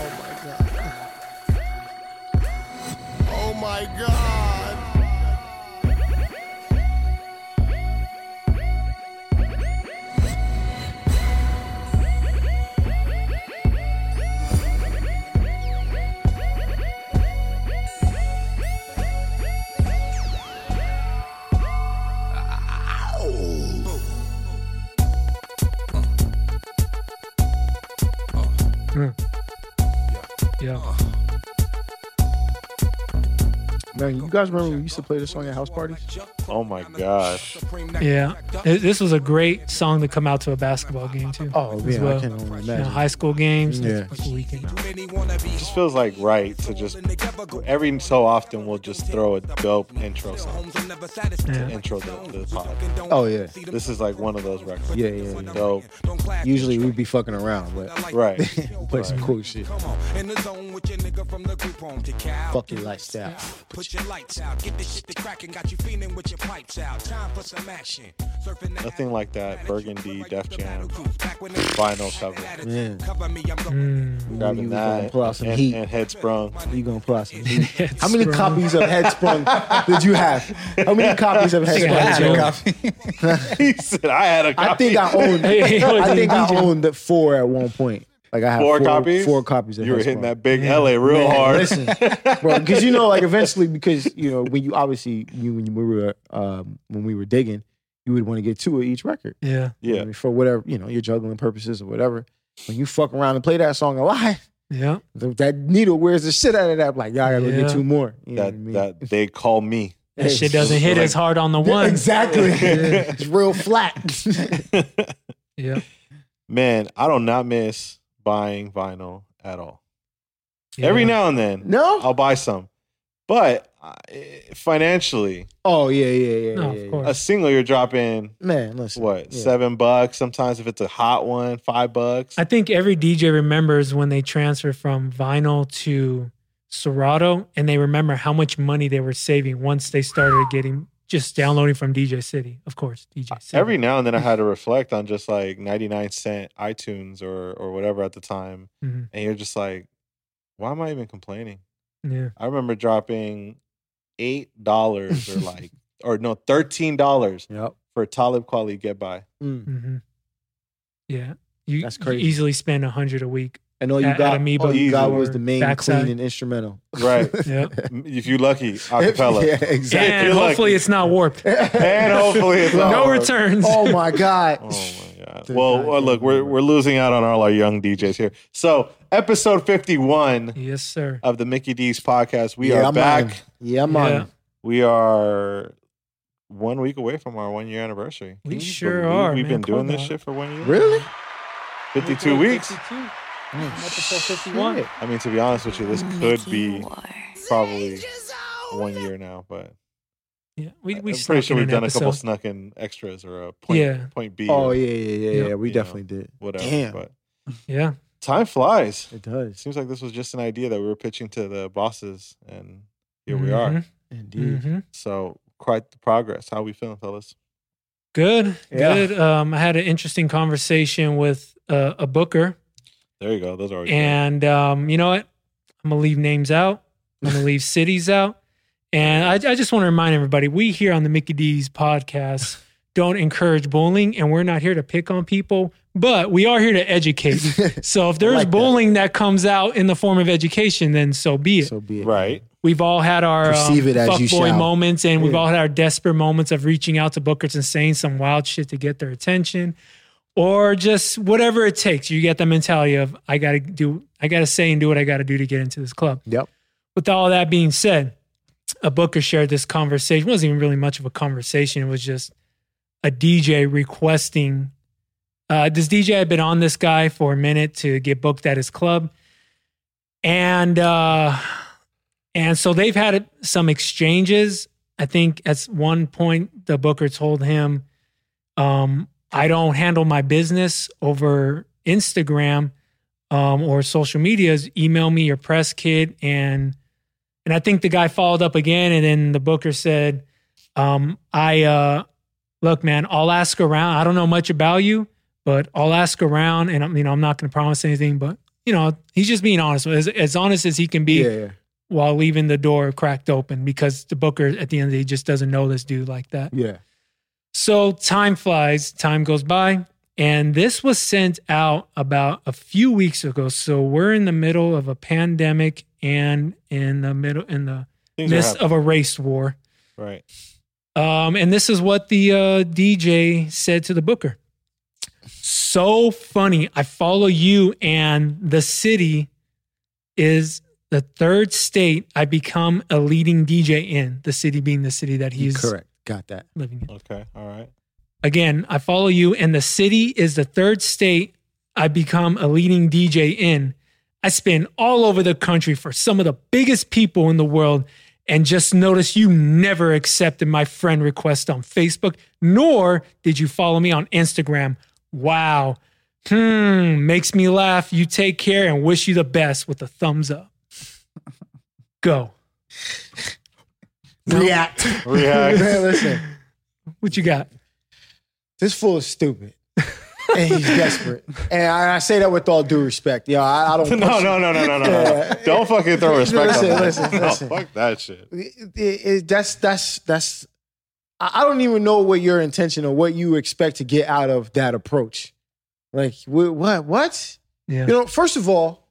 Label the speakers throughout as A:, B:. A: Oh Oh my god.
B: Yeah.
C: Man, you guys remember we used to play this song at house parties?
D: Oh my gosh.
B: Yeah. Th- This was a great song to come out to a basketball game, too.
C: Oh,
B: As
C: yeah, I
B: well.
C: can't even
B: You know,
C: imagine.
B: high school games.
C: Yeah.
B: Weekend.
D: Just feels like right to just every so often we'll just throw a dope intro song to intro the, the pod.
C: Oh yeah,
D: This is like one of those records.
C: yeah, yeah. yeah.
D: Dope.
C: Usually we'd be fucking around, but
D: Right.
C: play some cool shit.
E: In the zone with your nigga from the group home to Cal.
C: Fuck your lifestyle.
E: Put your lights out. Get this shit to cracking. Got you feeling with your pipes out. Time for some action. Surfing the
D: Nothing like that. Burgundy, Def Jam, vinyl cover.
C: Man,
E: Cover me, I'm going
D: Grabbing
C: You gonna
D: that
C: pull out some
D: and,
C: heat.
D: and head sprung.
C: you gonna apply some heat. How many copies of Headsprung did you have? How many copies of
B: think I
C: Headsprung
B: had
C: did you
B: two.
C: have?
D: he said, "I had a copy."
C: I think I owned.
B: Hey, he was
C: I think I
B: DJ.
C: owned the four at one point. Like I had
D: four, copies.
C: Four copies. Of
D: You were
C: Headsprung.
D: hitting that big LA real
C: Man,
D: hard.
C: Listen, bro, because you know, like eventually, because you know, when you obviously you when you we were um, when we were digging, you would want to get two of each record.
B: Yeah.
C: You know what
D: yeah,
C: I mean? for whatever you know, your juggling purposes or whatever. When you fuck around and play that song a lot,
B: Yeah.
C: th- that needle wears the shit out of that. Like, y'all gotta go
B: Yeah.
C: get two more. You know
D: that
C: what I mean?
D: that they call me.
B: That shit doesn't hit as hard on the one.
C: Exactly. It's real flat.
B: Yeah.
D: Man, I do not miss buying vinyl at all. Every
B: Yeah.
D: now and then,
C: no?
D: I'll buy some, but I, eh, financially,
C: Oh yeah, yeah, yeah.
B: No,
C: yeah,
B: of
C: yeah.
B: course.
D: a single you're dropping
C: Man, listen.
D: what
C: yeah.
D: seven bucks. Sometimes if it's a hot one, five bucks.
B: I think every DJ remembers when they transfer from vinyl to Serato and they remember how much money they were saving once they started getting just downloading from DJ City. Of course,
C: Uh,
B: DJ City.
D: Every now and then, I had to reflect on just like 99 cent iTunes or or whatever at the time,
B: Mhm.
D: and you're just like, why am I even complaining?
B: yeah.
D: I remember dropping eight dollars or like or no thirteen dollars
C: Yep.
D: for Talib Kweli Get By.
C: Mm.
B: hmm Yeah. You,
C: That's
B: you
C: crazy.
B: easily spend a hundred a week.
C: And all you
B: At-
C: got,
B: at Amoeba
C: all you got was
B: or
C: the main
B: Backside.
C: clean and instrumental.
D: Right.
B: Yeah.
D: if you lucky, acapella.
C: yeah, exactly.
B: and
D: you're lucky.
B: hopefully it's not warped.
D: And hopefully it's
B: no
D: all-
B: returns.
C: oh my god.
D: Oh my god.
C: Dude,
D: Well,
C: I
D: well, look,
C: can't
D: we're
C: remember.
D: we're losing out on all our young DJs here. So episode fifty one
B: Yes, sir.
D: of the Mickey D's podcast. We
C: yeah,
D: are
C: I'm
D: back.
C: On. it. Yeah, I'm on.
B: Yeah.
C: it.
D: We are one week away from our one year anniversary.
B: We
D: Can you
B: sure
D: believe
B: are,
D: We've
B: man.
D: been doing
B: Come
D: this
B: on.
D: shit for one year.
C: Really?
D: Fifty two weeks.
B: 52.
C: Oh,
B: Episode 51.
C: shit.
D: I mean, to be honest with you, this could be probably one year now, but
B: Yeah. We, we
D: I'm pretty
B: snuck
D: sure
B: in
D: we've
B: an
D: done a couple
B: episode.
D: snuck in extras or a point,
B: Yeah.
D: point B
C: Oh
D: or
C: yeah, yeah, yeah,
B: Yep.
C: yeah. We
D: You
C: definitely did.
D: whatever.
C: Damn.
D: But
B: Yeah.
D: time flies.
C: It
D: It
C: does.
D: seems like this was just an idea that we were pitching to the bosses, and here we are.
B: Mhm.
C: Mm-hmm. Indeed.
B: Mhm.
D: So quite the progress. How we feeling, fellas?
B: Good,
C: Yeah.
B: good. Um, I had an interesting conversation with uh, a booker,
D: There you go. Those are
C: Oh,
D: already
B: and um, you know what? I'm gonna leave names out. I'm gonna leave cities out, and I, I just want to remind everybody: we here on the Mickey D's podcast don't encourage bullying, and we're not here to pick on people, but we are here to educate. so if there's
C: like that.
B: bullying that. comes out in the form of education, then so be it.
C: So be
D: good.
C: it.
D: right.
B: We've all had our
C: Perceive it as you
B: fuckboy
C: shall.
B: moments, and we've
C: Yeah.
B: all had our desperate moments of reaching out to bookers and saying some wild shit to get their attention, or just whatever it takes. You get the mentality of I gotta do, I gotta say and do what I gotta do to get into this club.
C: Yep.
B: With all that being said, a booker shared this conversation. It wasn't even really much of a conversation. It was just a DJ requesting. Uh, this DJ had been on this guy for a minute to get booked at his club, and uh, and so they've had some exchanges. I think at one point the booker told him, um, "I don't handle my business over Instagram um, or social medias. Email me your press kit." And and I think the guy followed up again, and then the booker said, um, "I uh, look, man. I'll ask around. I don't know much about you, but I'll ask around, and I'm you know I'm not going to promise anything, but." You know, he's just being honest, as, as honest as he can be
C: Yeah, yeah.
B: while leaving the door cracked open because the booker at the end of the day just doesn't know this dude like that.
C: Yeah.
B: So time flies, time goes by, and this was sent out about a few weeks ago. So we're in the middle of a pandemic and in the middle in the
D: Things are
B: midst
D: happening.
B: of a race war.
D: Right.
B: Um, and this is what the uh, DJ said to the booker. So funny. I follow you, and the city is the third state I become a leading DJ in, the city being the city that he's
C: correct. Got that.
B: living in.
D: Okay. All right.
B: Again, I follow you, and the city is the third state I become a leading DJ in. I spin all over the country for some of the biggest people in the world, and just notice you never accepted my friend request on Facebook, nor did you follow me on Instagram. Wow. Hmm, makes me laugh. You take care and wish you the best with a thumbs up. Go.
C: React.
D: React.
C: Man, listen,
B: What you got?
C: this fool is stupid. and he's desperate. And I, I say that with all due respect. Yeah, I, I don't.
D: No, no, no, no, no, no, no. Don't fucking throw respect
C: Listen,
D: on that.
C: listen,
D: no,
C: listen.
D: fuck that shit.
C: It- it- it- that's that's that's. I I don't even know what your intention or what you expect to get out of that approach. Like wh- what? What?
B: Yeah.
C: You know, first of all,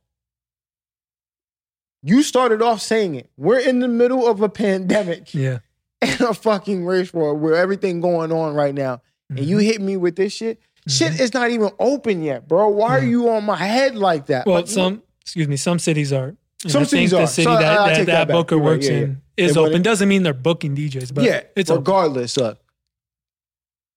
C: you started off saying it. We're in the middle of a pandemic
B: Yeah.
C: and a fucking race war where everything going on right now.
B: Mm-hmm.
C: And you hit me with this shit. Shit is not even open yet, bro. Why are you on my head like that?
B: Well,
C: Like,
B: some excuse me, some cities are. And
C: Some
B: I think
C: cities
B: the
C: are.
B: city
C: So,
B: that,
C: I- I
B: that,
C: take
B: that,
C: that back.
B: Booker
C: You're right,
B: works
C: yeah, yeah.
B: in is
C: They
B: open.
C: wouldn't-
B: Doesn't mean they're booking DJs, but
C: yeah,
B: it's open.
C: regardless. Look,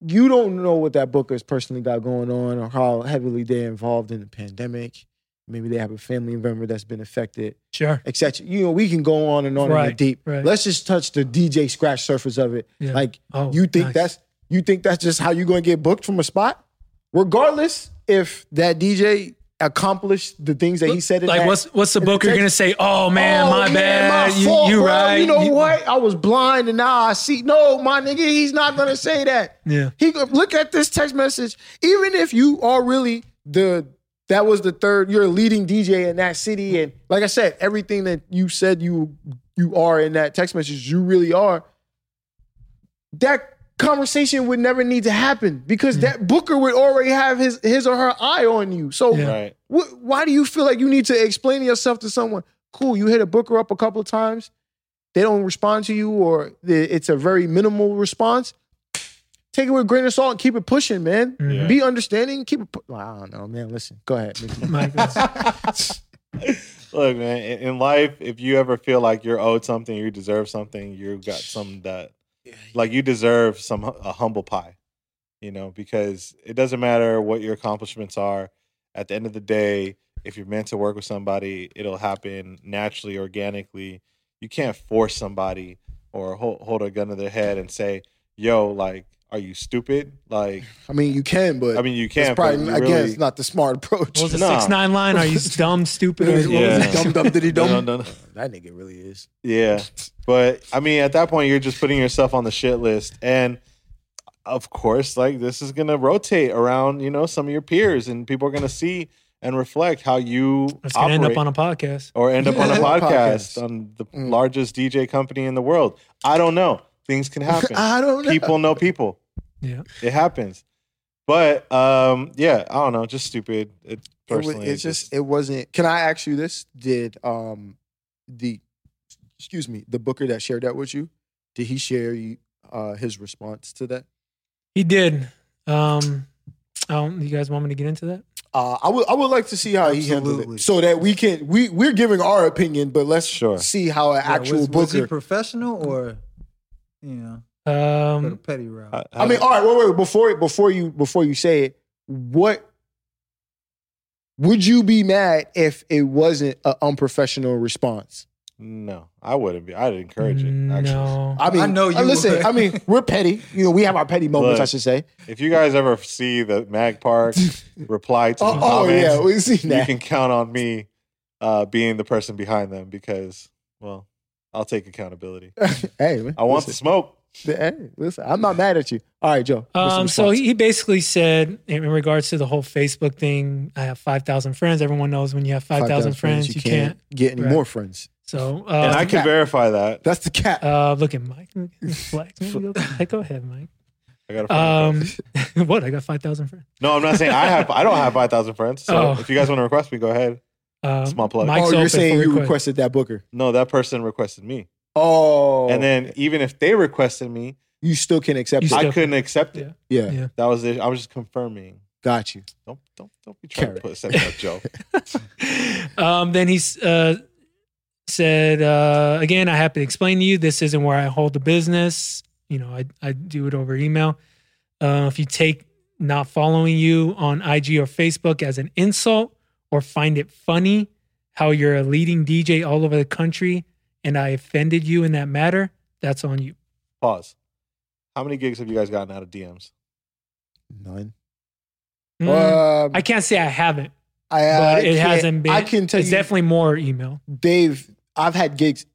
C: you don't know what that booker's personally got going on or how heavily they're involved in the pandemic. Maybe they have a family member that's been affected,
B: sure.
C: etc. You know, we can go on and on in the
B: Right,
C: deep.
B: right.
C: Let's just touch the DJ scratch surface of it.
B: Yeah.
C: Like
B: Oh,
C: you think
B: nice.
C: that's you think that's just how you're going to get booked from a spot, regardless if that DJ accomplished the things that he said. In
B: Like
C: that,
B: what's what's the
C: in the
B: booker
C: text-
B: gonna say? Oh man,
C: Oh,
B: my
C: yeah,
B: bad.
C: my
B: you
C: fault,
B: you
C: bro.
B: right.
C: You know what? I was blind and now I see. No, my nigga, he's not gonna say that.
B: Yeah.
C: He go- look at this text message. Even if you are really the that was the third, you're a leading DJ in that city, and like I said, everything that you said you you are in that text message, you really are. That conversation would never need to happen because that booker would already have his his or her eye on you. So
B: Yeah.
D: Right.
C: what, why do you feel like you need to explain yourself to someone? Cool, you hit a booker up a couple of times, they don't respond to you, or the, it's a very minimal response. Take it with a grain of salt and keep it pushing, man.
B: Mm-hmm.
D: Yeah.
C: Be understanding. Keep it. Pu- well, I don't know, man. Listen, go ahead. Mickey.
B: My goodness.
D: Look, man, in, in life, if you ever feel like you're owed something, you deserve something, you got some that, like, you deserve some hu- a humble pie, you know, because it doesn't matter what your accomplishments are. At the end of the day, if you're meant to work with somebody, it'll happen naturally, organically. You can't force somebody or hold, hold a gun to their head and say, yo, like, are you stupid? Like,
C: I mean, you can, but
D: I mean, you
C: it's
D: can't. but
C: probably
D: you
C: again,
D: really-
C: it's not the smart approach.
B: What was the
D: Nah.
B: six nine line? Are you dumb, stupid, or
D: Yeah.
B: what was it?
C: Dum dum diddy
D: No, no,
C: dum.
D: no, no.
C: That nigga really is.
D: Yeah. But I mean, at that point, you're just putting yourself on the shit list. And of course, like this is going to rotate around, you know, some of your peers and people are going to see and reflect how you
B: It's gonna
D: operate
B: end up on a podcast.
D: or end up on a
C: Yeah.
D: podcast
C: Podcast.
D: on the
C: Mm.
D: largest DJ company in the world. I don't know. Things can happen.
C: I don't know.
D: people know people.
B: Yeah.
D: It happens. But um, yeah, I don't know. Just stupid. It,
C: It wa-
D: personally,
C: it's just it wasn't. Can I ask you this? Did um the excuse me the booker that shared that with you? Did he share you, uh his response to that?
B: He did. Um I don't you guys want me to get into that?
C: Uh, I would I would like to see how he handled
F: Absolutely.
C: it so that we can we we're giving our opinion, but let's
D: Sure.
C: see how an
F: Yeah,
C: actual
F: was, was he
C: booker.
F: professional or you know
C: Hmm.
F: go the
B: Um
F: petty route?
D: I,
C: I mean, all right, wait, wait, before before you before you say it, what would you be mad if it wasn't an unprofessional response?
D: no, I wouldn't be. I'd encourage it. Actually.
B: No.
C: I mean,
F: I know you
C: uh, Listen,
F: would.
C: I mean, we're petty. You know, we have our petty moments. I
D: Look.
C: should say.
D: If you guys ever see the Mag Park reply to the
C: Oh, oh,
D: comments,
C: yeah, we seen
D: you
C: that.
D: can count on me uh, being the person behind them because, well, I'll take accountability.
C: hey, man,
D: I want the
C: listen,
D: smoke.
C: hey, listen, I'm not mad at you. All right, Joe. what's the
B: Um, so
C: response?
B: he he basically said, in in regards to the whole Facebook thing, I have 5,000 friends. Everyone knows when you have 5,000 friends, you can't.
C: get any
B: right.
C: more friends.
B: So,
D: and I
B: uh,
D: can
C: cap.
D: verify that.
C: That's the cat.
B: uh, look at Mike. Flex. Go ahead, Mike.
D: I got
B: Um, what? I got 5,000 friends.
D: No, I'm not saying I have. I don't have five thousand friends. So
B: Oh.
D: if you guys want to request me, go ahead.
B: Um,
D: It's my plug.
B: Mike's
C: oh,
B: open
C: you're saying
B: for
C: you
B: request.
C: requested that Booker.
D: No, that person requested me,
C: Oh,
D: and then even if they requested me,
C: you still can accept.
B: You
C: it.
B: still-
D: I couldn't accept it.
C: yeah,
B: Yeah.
D: That was it. I was just confirming.
C: got you.
D: Don't don't don't be trying to
C: Carrot.
D: put something up, Joe.
B: um, then he uh, said, uh, again, I have to explain to you, this isn't where I hold the business. You know, I, I do it over email. Uh, if you take not following you on IG or Facebook as an insult or find it funny how you're a leading DJ all over the country and I offended you in that matter, that's on you.
D: Pause. How many gigs have you guys gotten out of DMs?
C: None.
B: Mm,
C: Um,
B: I can't say I haven't.
C: I,
B: but
C: I
B: it
C: can't-
B: hasn't been-
C: I can tell
B: It's
C: you,
B: definitely more email.
C: Dave. I've had gigs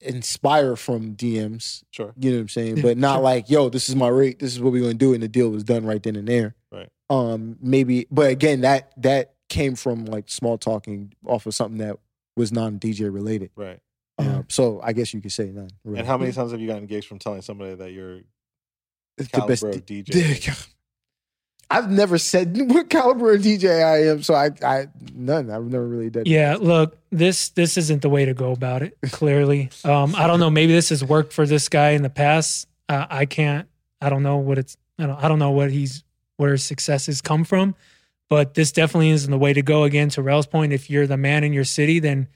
C: inspire from DMs.
D: Sure.
C: You know what I'm saying?
B: Yeah,
C: but not
B: sure.
C: like, yo, this is my rate. This is what we're gonna do, and the deal was done right then and there.
D: Right.
C: Um. Maybe, but again, that that came from like small talking off of something that was non DJ related.
D: Right.
B: Yeah.
C: Um. So I guess you could say none. really.
D: And how many times have you gotten gigs from telling somebody that you're
C: It's the
D: caliber
C: best
D: of
C: D-
D: DJ?
C: I've never said what caliber of DJ I am, so I, I none. I've never really done.
B: Yeah, look, this this isn't the way to go about it. Clearly, um, I don't know. Maybe this has worked for this guy in the past. Uh, I can't. I don't know what it's. I don't, I don't know what he's where his successes come from. But this definitely isn't the way to go. Again, to Rel's point, if you're the man in your city, then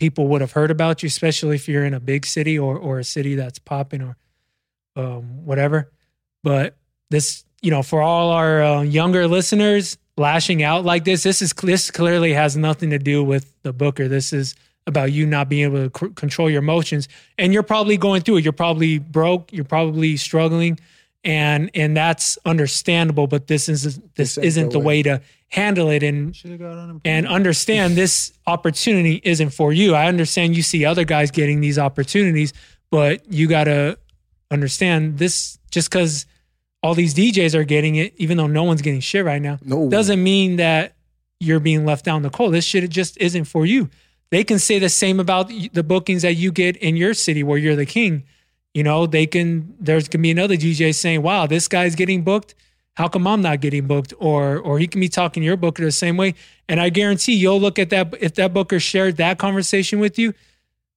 B: people would have heard about you, especially if you're in a big city or or a city that's popping or um, whatever. But this, you know, for all our uh, younger listeners lashing out like this, this is this clearly has nothing to do with the booker. This is about you not being able to c- control your emotions, and you're probably going through it. You're probably broke. You're probably struggling, and and that's understandable. But this is this
C: This ain't
B: isn't
C: the
B: the
C: way.
B: way to handle it. And
F: Should have got unemployment.
B: and understand this opportunity isn't for you. I understand you see other guys getting these opportunities, but you got to understand this just because all these DJs are getting it, even though no one's getting shit right now,
C: No.
B: doesn't mean that you're being left down the cold. This shit just isn't for you. They can say the same about the bookings that you get in your city where you're the king. You know, they can, there's can be another DJ saying, wow, this guy's getting booked how come I'm not getting booked? Or or he can be talking to your booker the same way. And I guarantee you'll look at that if that booker shared that conversation with you,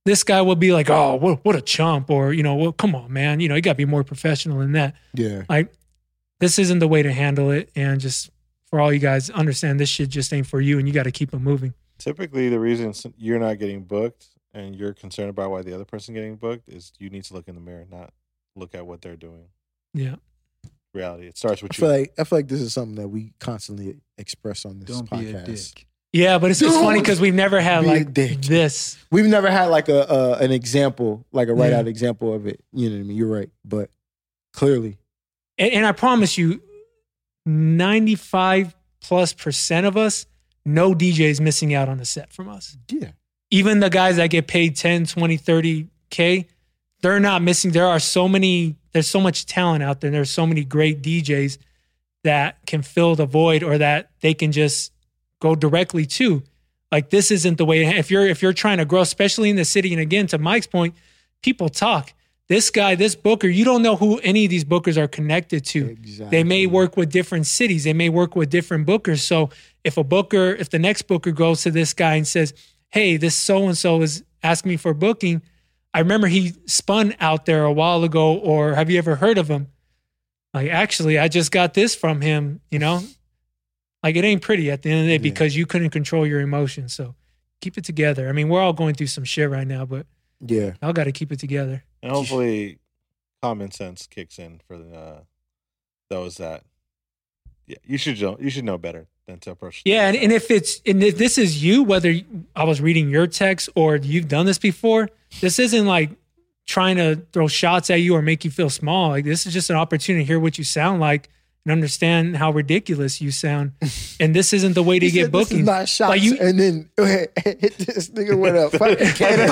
B: this guy will be like, oh, what, what a chump, or you know, well, come on, man, you know, you got to be more professional than that.
C: Yeah.
B: This isn't the way to handle it. And just for all you guys, understand this shit just ain't for you, and you got to keep it moving.
D: Typically, the reason s- you're not getting booked and you're concerned about why the other person getting booked is you need to look in the mirror, not look at what they're doing.
B: Yeah.
D: Reality. It starts
C: I
D: with you.
C: feel like I feel like this is something that we constantly express on this
F: Don't be a
C: podcast.
F: dick.
B: Yeah, but it's just funny because we've never had
C: Be a
B: like
C: dick.
B: this.
C: We've never had like a, a an example, like a right
B: Yeah.
C: out example of it. You know what I mean? You're right, but clearly,
B: and, and I promise you, 95 plus percent of us, no DJ is missing out on a set from us.
C: yeah,
B: Even the guys that get paid 10, 20, 30K, they're not missing. There are so many, there's so much talent out there. There's so many great DJs that can fill the void or that they can just go directly to. Like this isn't the way if you're if you're trying to grow, especially in the city. And again, to Mike's point, people talk. This guy, this booker, you don't know who any of these bookers are connected to.
C: exactly.
B: They may work with different cities. They may work with different bookers. So if a booker, if the next booker goes to this guy and says, "Hey, this so and so is asking me for booking," I remember he spun out there a while ago. Or have you ever heard of him? Like, actually, I just got this from him. You know, like it ain't pretty at the end of the day
C: Yeah.
B: because you couldn't control your emotions. So keep it together. I mean, we're all going through some shit right now, but
C: Yeah,
B: y'all got to keep it together.
D: and hopefully, common sense kicks in for the, uh, those that. Yeah, you should know. You should know better than to approach.
B: Yeah, and, and if it's and if this is you, whether you- I was reading your text or you've done this before, this isn't like trying to throw shots at you or make you feel small. Like this is just an opportunity to hear what you sound like and understand how ridiculous you sound. And this isn't the way to
C: He
B: get
C: said, "This is
B: bookings.
C: not shots.
B: Like you-
C: and then hit this nigga with a fucking cannon.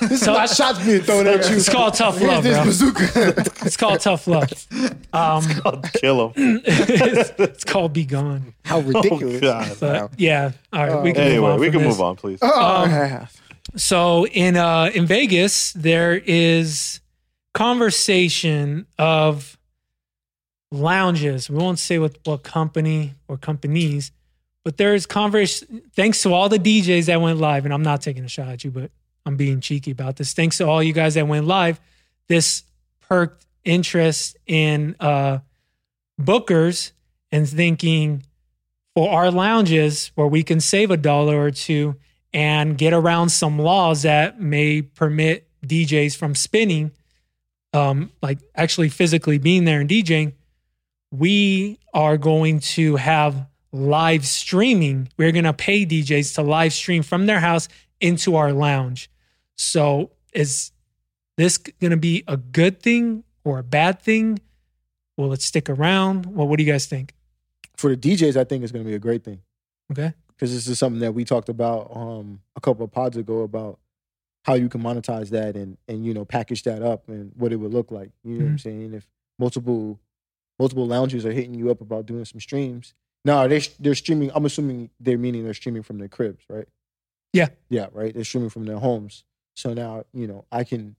C: this is
B: So-
C: not shots being thrown at you.
B: It's called tough love,
C: Here's
B: bro.
C: this bazooka.
B: It's called tough love. Um,
D: Kill him.
B: it's, it's called be gone.
C: How ridiculous!
D: Oh, God.
B: But yeah, all right, we can move
D: Anyway,
B: on.
D: we
B: from
D: can
B: this.
D: move on, please.
B: Um,
C: Oh,
B: So in uh in Vegas, there is conversation of lounges. We won't say what what company or companies, but there is converse thanks to all the DJs that went live, and I'm not taking a shot at you, but I'm being cheeky about this. Thanks to all you guys that went live, this perked interest in uh bookers and thinking for our lounges where we can save a dollar or two and get around some laws that may permit DJs from spinning, um, like actually physically being there and DJing, we are going to have live streaming. We're going to pay DJs to live stream from their house into our lounge. So is this going to be a good thing or a bad thing? Will it stick around? Well, what do you guys think?
C: For the DJs, I think it's gonna be a great thing.
B: Okay.
C: because this is something that we talked about um, a couple of pods ago about how you can monetize that and and you know package that up and what it would look like. You know what I'm saying? If multiple multiple lounges are hitting you up about doing some streams. Now they they're streaming. I'm assuming they're meaning they're streaming from their cribs, right?
B: Yeah.
C: Yeah. Right. They're streaming from their homes. So now you know I can,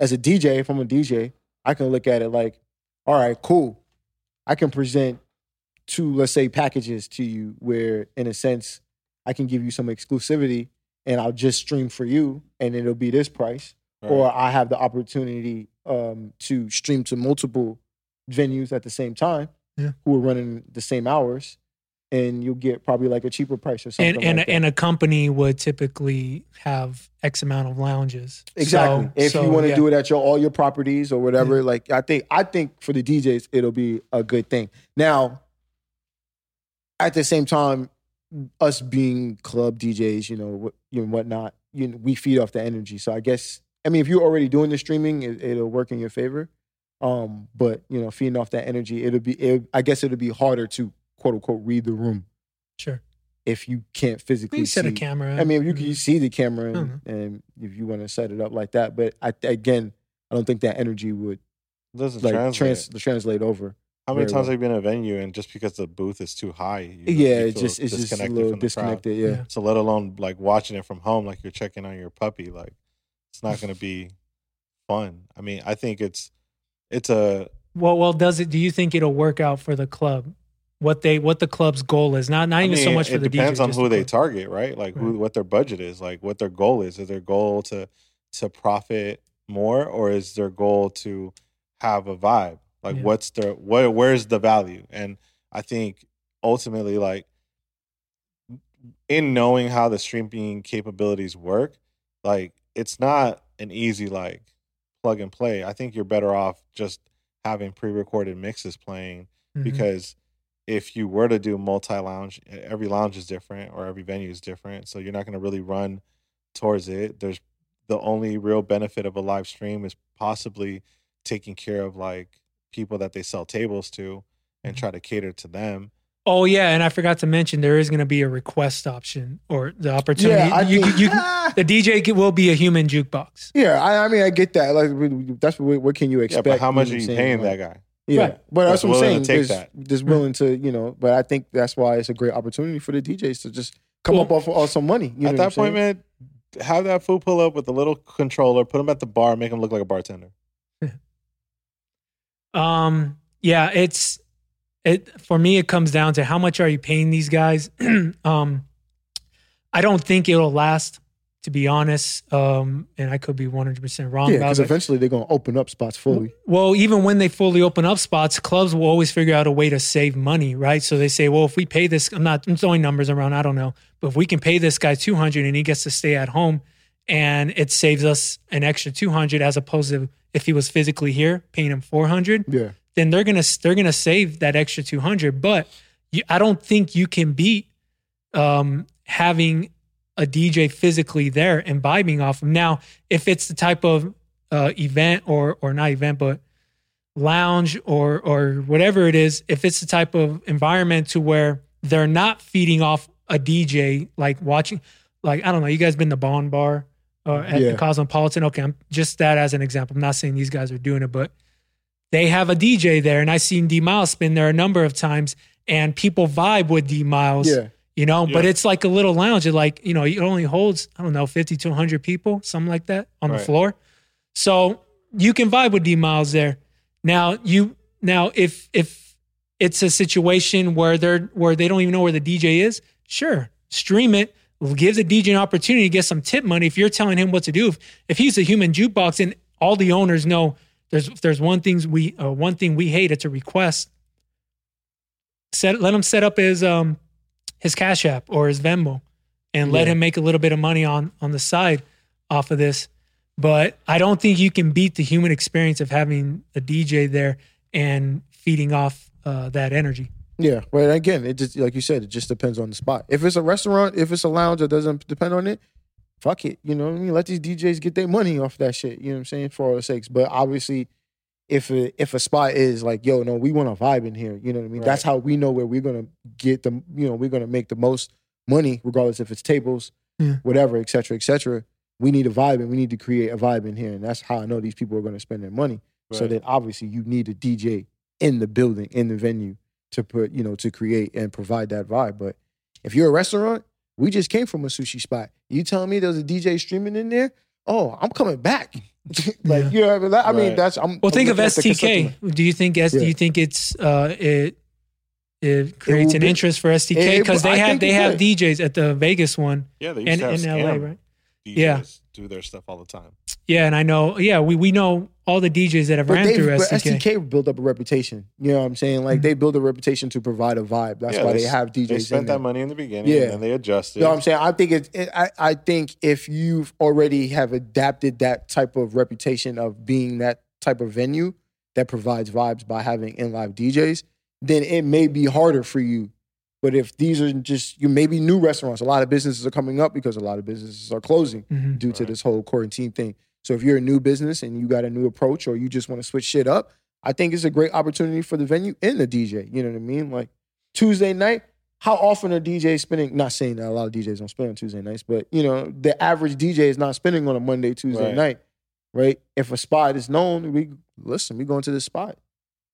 C: as a DJ, if I'm a DJ, I can look at it like, all right, cool. I can present two, let's say, packages to you where, in a sense, I can give you some exclusivity and I'll just stream for you and it'll be this price. Or I have the opportunity um, to stream to multiple venues at the same time
B: Yeah.
C: who are running the same hours and you'll get probably like a cheaper price or something.
B: and and,
C: like that.
B: and a company would typically have X amount of lounges.
C: Exactly.
B: So-
C: if
B: so,
C: you want to
B: yeah.
C: do it at your all your properties or whatever, like I think I think for the DJs it'll be a good thing. Now, at the same time, us being club DJs, you know, what, you know whatnot, you know, we feed off the energy. So I guess I mean if you're already doing the streaming, it, it'll work in your favor. Um, but you know, feeding off that energy, it'll be it, I guess it'll be harder to quote unquote read the room
B: sure,
C: if you can't physically
B: you set a
C: see-
B: camera.
C: I mean, if you
B: Mm-hmm.
C: can you see the camera and,
B: Mhm.
C: and if you want to set it up like that, but I, again, I don't think that energy would
D: Doesn't
C: like
D: translate.
C: trans, translate over.
D: How many
C: very
D: times
C: well.
D: have you been in a venue and just because the booth is too high? You,
C: yeah,
D: you
C: it
D: feel
C: just it's just a
D: disconnected
C: little
D: from the crowd?
C: disconnected. Yeah.
B: Yeah.
D: So let alone like watching it from home, like you're checking on your puppy, like it's not going to be fun. I mean, I think it's it's a
B: well, well, does it? Do you think it'll work out for the club? What they what the club's goal is? Not not
D: I
B: even so
D: mean,
B: much for
D: it
B: the
D: depends
B: DJ,
D: on
B: just
D: who
B: the
D: they
B: club.
D: target, right? Like who what their budget is, like what their goal is. Is their goal to to profit more, or is their goal to have a vibe? Like
B: Yeah.
D: what's their where where's the value? And I think ultimately, like in knowing how the streaming capabilities work, like it's not an easy like plug and play. I think you're better off just having pre-recorded mixes playing
C: Mm-hmm.
B: Mhm.
D: because if you were to do multi lounge, every lounge is different or every venue is different, so you're not going to really run towards it. There's the only real benefit of a live stream is possibly taking care of like people that they sell tables to and
C: Mm-hmm.
D: try to cater to them.
B: oh yeah, and I forgot to mention there is going to be a request option or the opportunity.
C: Yeah, I
B: you,
C: think-
B: you, you-
C: Ah!
B: the DJ ca- will be a human jukebox.
C: Yeah, I, I mean, I get that. Like, we- we- that's what, what can you
D: Yeah,
C: expect?
D: but how
C: you
D: much
C: know
D: are
C: what I'm
D: you
C: saying?
D: paying
C: Like,
D: that guy?
C: Yeah,
B: Right. Mm-hmm.
C: but that's
D: That's
C: what I'm saying.
D: willing to take
C: Just,
D: that.
C: just willing to, you know. But I think that's why it's a great opportunity for the DJs to just come
B: Well-
C: up off, off some money. You know
D: at
C: what I'm
D: that point,
C: saying?
D: man, have that fool pull up with a little controller, put him at the bar, make him look like a bartender.
B: Um, yeah, it's it for me. It comes down to how much are you paying these guys. um, I don't think it'll last, to be honest. Um, and I could be one hundred percent wrong
C: yeah,
B: about
C: because
B: it.
C: eventually they're gonna open up spots fully.
B: Well, even when they fully open up spots, clubs will always figure out a way to save money, right? So they say, well, if we pay this, I'm not I'm throwing numbers around, I don't know, but if we can pay this guy 200 and he gets to stay at home, and it saves us an extra 200 as opposed to if he was physically here, paying him 400
C: Yeah,
B: then they're gonna they're gonna save that extra 200 but you, i don't think you can beat um, having a dj physically there and vibing off them now if it's the type of uh, event or or not event but lounge or or whatever it is, if it's the type of environment to where they're not feeding off a DJ, like watching, like I don't know, you guys been to Bond Bar or at
C: Yeah.
B: the Cosmopolitan? Okay, I'm just that as an example. I'm not saying these guys are doing it, but they have a DJ there, and I've seen D Miles spin there a number of times, and people vibe with D Miles.
C: Yeah.
B: You know, but
D: Yeah.
B: it's like a little lounge. It like, you know, it only holds, I don't know, 50 to 100 people, something like that on the
D: Right.
B: floor. So you can vibe with D Miles there. Now you now if if it's a situation where they're where they don't even know where the DJ is, sure, stream it. Give the DJ an opportunity to get some tip money if you're telling him what to do. If, if he's a human jukebox and all the owners know there's if there's one things we uh, one thing we hate it's a request. Set let him set up his um his Cash App or his Venmo and let
C: Yeah.
B: him make a little bit of money on on the side off of this. But I don't think you can beat the human experience of having a DJ there and feeding off uh, that energy.
C: Yeah, but again, it just like you said, it just depends on the spot. If it's a restaurant, if it's a lounge that doesn't depend on it, fuck it. You know what I mean? Let these DJs get their money off that shit. You know what I'm saying? For all the sakes. But obviously, if a, if a spot is like, yo, no, we want a vibe in here. You know what I mean? That's how we know where we're gonna get the you know we're gonna make the most money, regardless if it's tables,
B: Yeah.
C: whatever, et cetera, et cetera. We need a vibe, and we need to create a vibe in here, and that's how I know these people are gonna spend their money. So
D: Right.
C: then obviously you need a DJ in the building, in the venue to put, you know, to create and provide that vibe. But if you're a restaurant, we just came from a sushi spot. You telling me there's a DJ streaming in there? Oh, I'm coming back. like
B: Yeah.
C: you know, what I mean? That- I mean
D: Right.
C: that's I'm.
B: Well,
C: I'm
B: think of
C: looking at the
B: STK.
C: consumer.
B: Do you think S- do
C: Yeah.
B: you think it's uh, it it creates
C: will
B: an
C: be-
B: interest for STK
C: it-
B: because
C: I
B: they have
C: think
B: they
C: it
B: have
C: would.
B: DJs at the Vegas one
D: Yeah, they used
B: and
D: to have
B: in LA,
D: scam
B: right?
D: DJs
B: Yeah.
D: do their stuff all the time.
B: Yeah, and I know. Yeah, we we know all the DJs that have
C: But,
B: ran
C: they,
B: through
C: but
B: STK.
C: STK built up a reputation. You know what I'm saying? Like they build a reputation to provide a vibe. That's
D: Mm-hmm. Yeah,
C: why
D: they
C: they,
D: s-
C: have DJs.
D: They
C: in
D: spent
C: there.
D: that money in the beginning,
C: Yeah.
D: and then they adjusted.
C: You know what I'm saying? I think it's, it, I, I think if you've already have adapted that type of reputation of being that type of venue that provides vibes by having in live DJs, then it may be harder for you. But if these are just you, maybe new restaurants, a lot of businesses are coming up because a lot of businesses are closing
B: Mhm.
C: due to
D: Right.
C: this whole quarantine thing. So if you're a new business and you got a new approach or you just want to switch shit up, I think it's a great opportunity for the venue and the DJ. You know what I mean? Like Tuesday night, how often are DJs spending? Not saying that a lot of DJs don't spend on Tuesday nights, but you know, the average DJ is not spending on a Monday, Tuesday
D: Right.
C: night, right? If a spot is known, we listen, we going to this spot.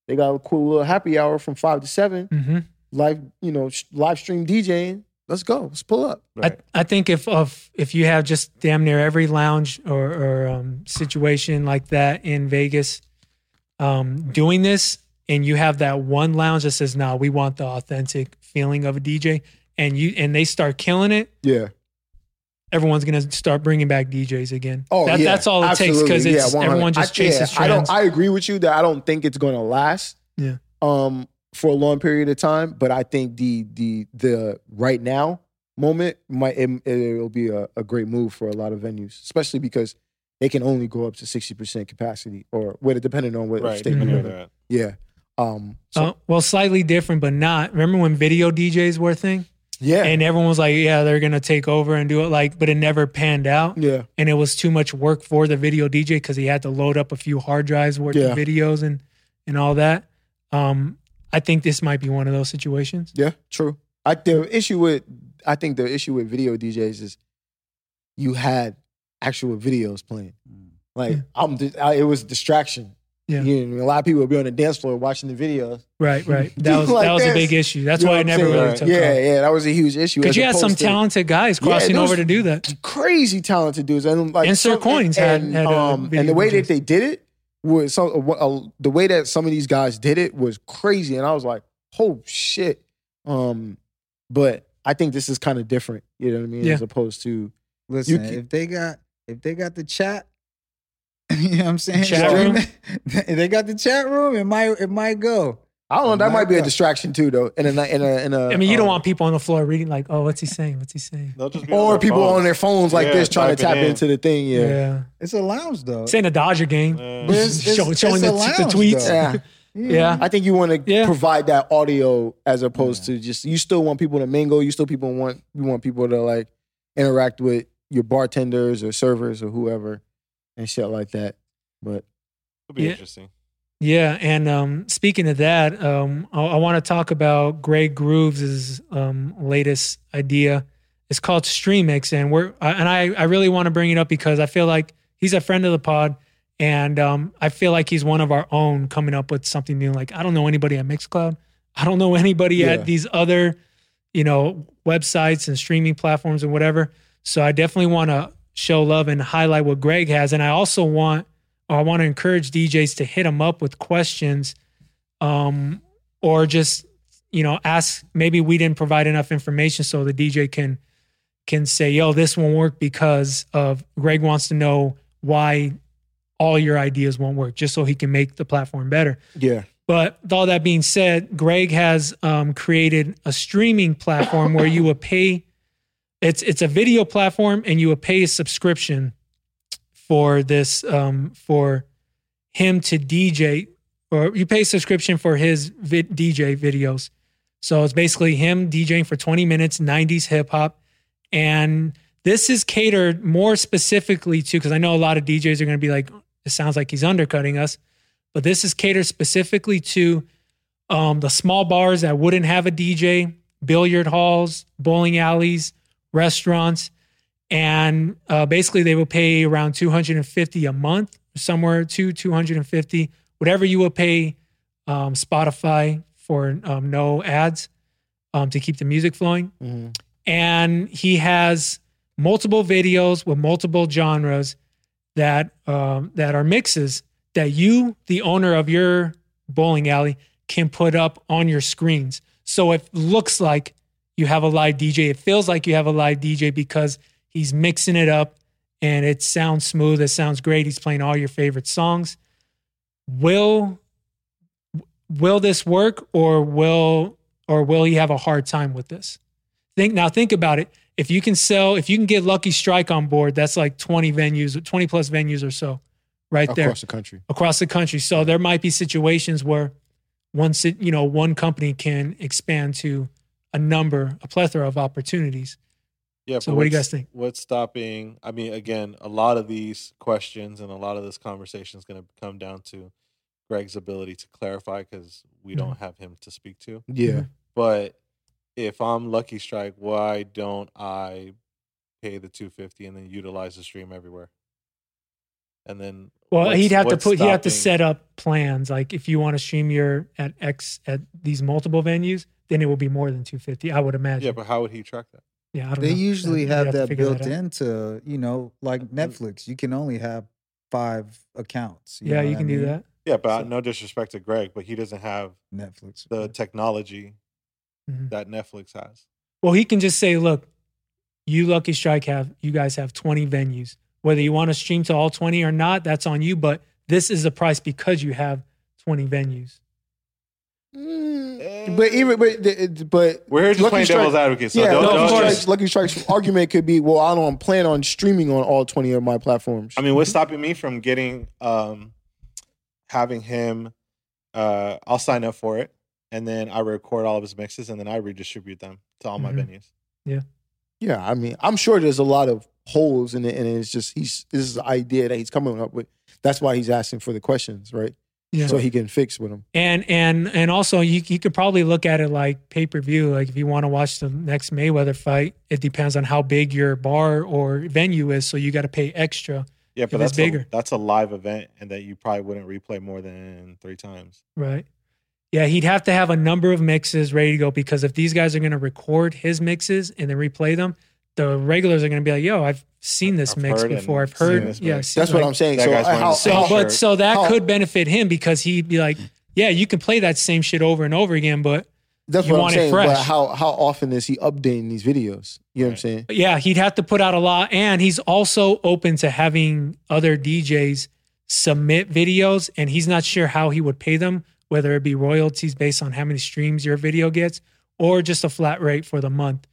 C: They got a cool little happy hour from five to seven,
D: Mm.
B: hmm
C: live, you know, sh- live stream DJing. Let's go. Let's pull up.
D: Right.
B: I, I think if of if you have just damn near every lounge or, or um, situation like that in Vegas um, doing this, and you have that one lounge that says, "No, we want the authentic feeling of a DJ," and you and they start killing it,
C: Yeah.
B: everyone's gonna start bringing back DJs again.
C: Oh,
B: That-
C: yeah,
B: that's all it
C: absolutely.
B: takes because
C: Yeah, 100.
B: everyone just
C: I,
B: chases
C: yeah, I
B: trends.
C: don't. I agree with you that I don't think it's going to last.
B: Yeah.
C: Um, for a long period of time, but I think the the the right now moment might it, it'll be a, a great move for a lot of venues, especially because they can only go up to sixty percent capacity or what depending on what
D: Right,
C: state
B: Mm-hmm.
D: depending
C: you're
D: on
C: in.
D: where they're
C: Yeah.
D: at.
C: Um. So,
B: Uh, well, slightly different, but not. Remember when video DJs were a thing,
C: yeah.
B: and everyone was like, "Yeah, they're gonna take over and do it," like, but it never panned out.
C: yeah.
B: and it was too much work for the video DJ because he had to load up a few hard drives worth
C: Yeah.
B: of videos and and all that. Um, I think this might be one of those situations.
C: Yeah, true. I the issue with I think the issue with video DJs is you had actual videos playing.
B: Mm.
C: Like
B: Yeah.
C: I'm, di- I, it was a distraction.
B: Yeah.
C: You know, what I mean? a lot of people would be on the dance floor watching the videos.
B: Right, right. That was
C: Like
B: that was a
C: this.
B: big issue. That's
C: You know
B: why it
C: what I'm
B: never
C: saying?
B: really
D: Right.
B: took
C: yeah,
B: off.
C: yeah, that was a huge issue.
B: Because
C: as
B: you had some
C: opposed to
B: talented guys
C: Yeah,
B: crossing
C: those-
B: over to do that.
C: crazy talented dudes, and like
B: And Sir
C: some-
B: Coins had-
C: and,
B: had, uh,
C: um, and
B: video
C: the way that
B: DJs.
C: they did it was so uh, the way that some of these guys did it was crazy, and I was like, oh shit. Um, but I think this is kind of different. You know what I mean?
B: Yeah.
C: As opposed to
F: Listen,
C: can-
F: if they got if they got the chat, you know what I'm saying?
B: Chat
F: Stream
B: room?
F: it. they got the chat room, it might it might go.
C: I don't know. That might be a
F: America.
C: distraction too, though. In a in a in a.
B: I mean, you don't
C: um,
B: want people on the floor reading like, "Oh, what's he saying? What's he saying?"
D: They'll just be
C: Or
D: their
C: people
D: phones.
C: on their phones like
D: Yeah,
C: this trying to
D: type
C: tap
D: it in.
C: into the thing. Yeah. yeah.
F: It's a lounge though.
B: Saying a Dodger game,
D: Yeah.
F: But it's- it's-
B: Show-
F: it's
B: showing the,
F: a
B: the
F: lounge,
B: tweets.
F: though.
B: Yeah.
C: I think you want to
B: Yeah.
C: provide that audio as opposed to just you still want people to mingle. You still people want you want people to like interact with your bartenders or servers or whoever and shit like that. But
D: It'll be
B: Yeah.
D: interesting.
B: Yeah, and um, speaking of that, um, I, I want to talk about Greg Grooves' um, latest idea. It's called StreamX, and we're I- and I, I really want to bring it up because I feel like he's a friend of the pod, and um, I feel like he's one of our own coming up with something new. Like I don't know anybody at Mixcloud, I don't know anybody
C: Yeah.
B: at these other, you know, websites and streaming platforms and whatever. So I definitely want to show love and highlight what Greg has, and I also want I want to encourage DJs to hit him up with questions, um, or just you know ask. Maybe we didn't provide enough information, so the DJ can can say, "Yo, this won't work because of Greg wants to know why all your ideas won't work," just so he can make the platform better.
C: Yeah.
B: But with all that being said, Greg has um, created a streaming platform where you would pay. It's it's a video platform, and you would pay a subscription for this um, for him to DJ, or you pay a subscription for his vid- DJ videos. So it's basically him DJing for 20 minutes, 90s hip hop, and this is catered more specifically to because I know a lot of DJs are going to be like, it sounds like he's undercutting us but this is catered specifically to um, the small bars that wouldn't have a DJ, billiard halls, bowling alleys, restaurants, and uh, basically they will pay around 250 a month, somewhere to 250, whatever you will pay um, Spotify for um, no ads um, to keep the music flowing and he has multiple videos with multiple genres that um, that are mixes that you, the owner of your bowling alley, can put up on your screens. So it looks like you have a live DJ. It feels like you have a live DJ because he's mixing it up and it sounds smooth. It sounds great. He's playing all your favorite songs. Will will this work or will or will he have a hard time with this? Think now. Think about it. If you can sell, if you can get Lucky Strike on board, that's like twenty venues, twenty plus venues or so, right there
C: Across the country.
B: across the country. So there might be situations where one sit, you know, one company can expand to a number, a plethora of opportunities.
D: Yeah.
B: So
D: but
B: what do you
D: what's-
B: guys think?
D: What's stopping? I mean, again, a lot of these questions and a lot of this conversation is going to come down to Greg's ability to clarify because
B: Mm-hmm.
D: we don't have him to speak to.
C: Yeah.
D: But if I'm Lucky Strike, why don't I pay the 250 and then utilize the stream everywhere? And then
B: Well,
D: what's-
B: he'd have to
D: what's
B: put he'd have to
D: stopping-
B: set up plans. Like if you want to stream your at X at these multiple venues, then it will be more than two fifty. I would imagine.
D: Yeah, but how would he track that?
B: yeah, I don't
F: They
B: know.
F: usually
B: You'd
F: have,
B: to
F: that
B: figure
F: built
B: out.
F: into, you know, like Netflix. You can only have five accounts.
B: yeah,
F: know
B: you
F: what I
B: can do
F: mean?
B: that.
D: Yeah, but I-
F: So-
D: no disrespect to Greg, but he doesn't have
F: Netflix.
C: Mm-hmm.
D: the technology
B: Mhm.
D: that Netflix has.
B: Well, he can just say, look, you Lucky Strike have, you guys have 20 venues. Whether you want to stream to all 20 or not, that's on you. But this is the price because you have 20 venues.
C: Mm-hmm. But even but the- but
D: We're just
C: Lucky
D: playing
C: Strike-
D: devil's advocate, so
C: yeah,
D: don't,
B: Lucky
D: don't
C: Lucky,
B: Strike-
D: just-
C: Strike's, Lucky Strike's argument could be, well, I don't plan on streaming on all twenty of my platforms.
D: I mean, what's stopping me from getting um having him uh I'll sign up for it and then I record all of his mixes and then I redistribute them to all my
C: Mm-hmm.
B: Mhm.
D: venues.
C: yeah, I mean, I'm sure there's a lot of holes in it, and it's just he's this is the idea that he's coming up with. That's why he's asking for the questions, right?
B: Yeah.
C: So he can fix with them.
B: and and and also you you could probably look at it like pay per view. Like if you want to watch the next Mayweather fight, it depends on how big your bar or venue is. So you got to pay extra,
D: Yeah, but
B: it's
D: that's
B: bigger.
D: A, that's a live event and that you probably wouldn't replay more than three times.
B: right? Yeah, he'd have to have a number of mixes ready to go because if these guys are going to record his mixes and then replay them, the regulars are going to be like, "Yo, I've seen this
D: I've
B: mix
D: heard and
B: before. I've
D: seen
B: heard."
D: this
B: yeah,
D: mix."
B: seen-
C: That's what
B: like-
C: I'm saying.
D: That
C: So,
D: guy's
C: I- how,
D: wearing the
B: So,
D: same
C: how-
B: but so that
C: how-
B: could benefit him because he'd be like, "Yeah, you can play that same shit over and over again, but
C: that's
B: you
C: what I'm
B: want it
C: saying. But
B: fresh.
C: how how often is he updating these videos? You know what I'm saying?
B: But yeah, he'd have to put out a lot, and he's also open to having other DJs submit videos, and he's not sure how he would pay them, whether it be royalties based on how many streams your video gets, or just a flat rate for the month.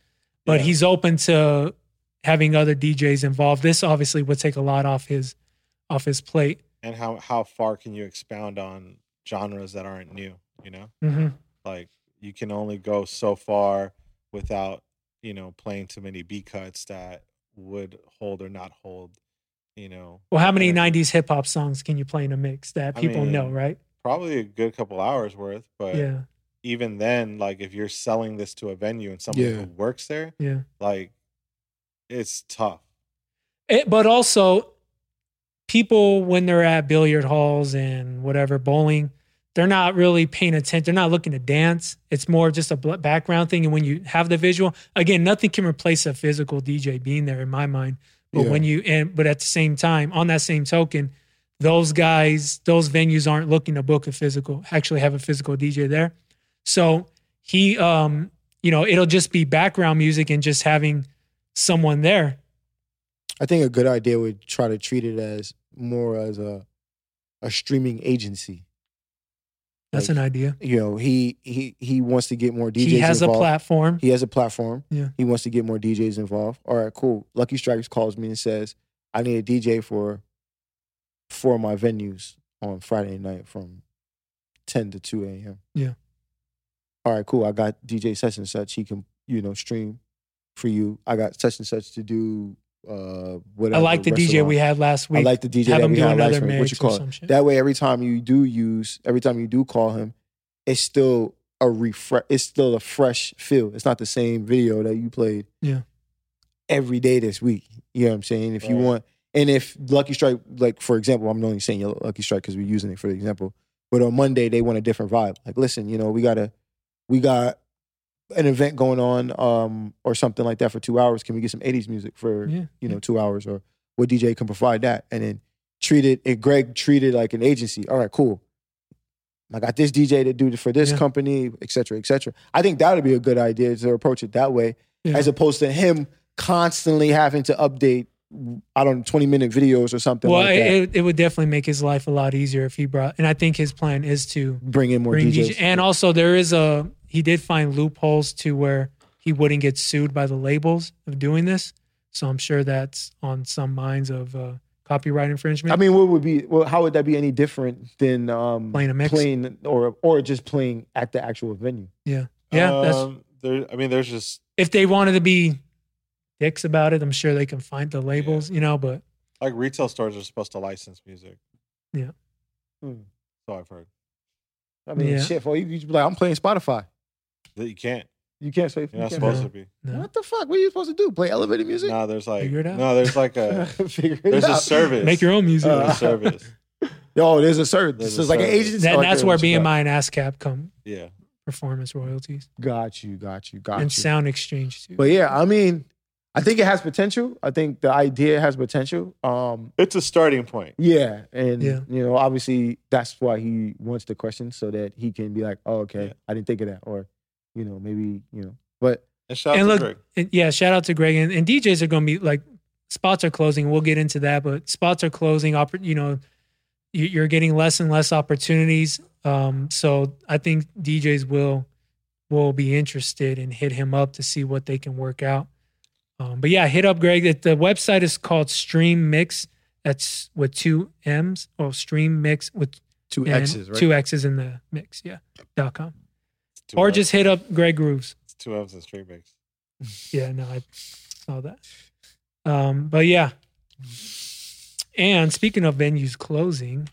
B: But
D: Yeah.
B: he's open to having other DJs involved. This obviously would take a lot off his off his plate.
D: And how how far can you expound on genres that aren't new, you know?
B: Mm-hmm.
D: like you can only go so far without you know playing too many b cuts that would hold or not hold you know
B: Well, how many
D: Yeah.
B: '90s hip hop songs can you play in a mix that
D: I
B: people know,
D: mean, uh,
B: right?
D: probably a good couple hours worth. But
B: yeah,
D: even then, like if you're selling this to a venue and somebody
C: Yeah.
D: who works there,
B: yeah.
D: like it's tough.
B: It, Eh, but also, people when they're at billiard halls and whatever bowling, they're not really paying attention. They're not looking to dance. It's more just a bl- background thing. And when you have the visual, again, nothing can replace a physical DJ being there in my mind. But
C: Yeah.
B: when you and but at the same time, on that same token, those guys, those venues aren't looking to book a physical, actually have a physical DJ there. So he, um, you know, it'll just be background music and just having someone there.
C: I think a good idea would try to treat it as more as a a streaming agency.
B: That's
C: Like,
B: an idea.
C: You know, he he he wants to get more DJs.
B: he has
C: involved.
B: a platform.
C: He has a platform.
B: Yeah.
C: He wants to get more DJs involved. All right, cool. Lucky Strikes calls me and says, I need a DJ for for my venues on Friday night from 10 to 2 a.m.
B: Yeah.
C: All right, cool. I got DJ such and such. He can, you know, stream for you. I got such and such to do uh whatever.
B: I like the DJ we had last
C: I
B: week.
C: like the DJ
B: have
C: that
B: him
C: we
B: do
C: had
B: another
C: last week. What
B: mix
C: you
B: or
C: call
B: some
C: it?
B: shit.
C: That way, every time you do use, every time you do call him, it's still a refresh. It's still a fresh feel. It's not the same video that you played.
B: Yeah.
C: Every day this week, you know what I'm saying. If you
D: Right.
C: want, and if Lucky Strike, like for example, I'm only saying Lucky Strike because we're using it for the example. But on Monday, they want a different vibe. Like, listen, you know, we gotta, we got an event going on, um, or something like that for two hours. Can we get some '80s music for
B: yeah,
C: you know, two hours or what DJ can provide that. And then treat it, and Greg treated like an agency. All right, cool. I got this DJ to do it for this
B: Yeah.
C: company, et cetera, et cetera. I think that would be a good idea to approach it that way,
B: yeah.
C: as opposed to him constantly having to update, I don't know, 20 minute videos or something
B: well,
C: like that.
B: it, it, it would definitely make his life a lot easier if he brought. And I think his plan is to
C: Bring in more
B: bring
C: DJs.
B: DJ. And also, there is a he did find loopholes to where he wouldn't get sued by the labels of doing this. So I'm sure that's on some minds of uh, copyright infringement.
C: I mean, what would be, well, how would that be any different than um,
B: Playing a mix?
C: playing or, or just playing at the actual venue?
B: yeah. that's,
D: Um, there, I mean, there's just
B: if they wanted to be dicks about it, I'm sure they can find the labels. You know, but
D: like retail stores are supposed to license music.
B: Yeah.
C: Hmm.
D: So I've heard
C: I mean,
B: Yeah.
C: shit, for you, you be like, I'm playing Spotify.
D: that you can't.
C: You can't say
D: You're
C: you
D: not
C: can't-
D: supposed
B: No.
D: to be.
B: no.
C: What the fuck? What are you supposed to do? Play elevated music?
D: No, there's like
B: Figure it out.
D: no, there's like a
C: Figure it
D: there's a
C: out.
D: service.
B: make your own music.
D: There's a
C: Uh,
D: service.
C: Yo, there's a service.
D: There's
C: This
D: a
C: is like an
D: service.
C: agency.
B: That-
C: Okay,
B: that's
C: what
B: where
C: you got?
B: BMI and ASCAP come
D: Yeah.
B: performance royalties
C: Got you, got you, got you.
B: and sound exchange too.
C: but yeah, I mean, I think it has potential. I think the idea has potential. Um,
D: It's a starting point.
C: yeah, and
B: Yeah.
C: you know, obviously, that's why he wants the question so that he can be like, oh, okay,
D: Yeah.
C: I didn't think of that, or you know, maybe you know, but
D: And shout
B: And
D: out
B: look-
D: to Greg.
B: And yeah, shout out to Greg and, and DJs are going to be like spots are closing. We'll get into that, but spots are closing. Oppor- you know, you, you're getting less and less opportunities. Um, so I think DJs will will be interested and hit him up to see what they can work out. Um, but yeah, hit up Greg. That the website is called Stream Mix. That's with two M's. Oh, Stream Mix with
C: two
B: and Two X's in the mix. Yeah. Dot com.
D: Two
B: Or
D: M's-
B: just hit up Greg Grooves.
D: two M's and street mix.
B: Yeah, no, I saw that. Um, but yeah. And speaking of venues closing,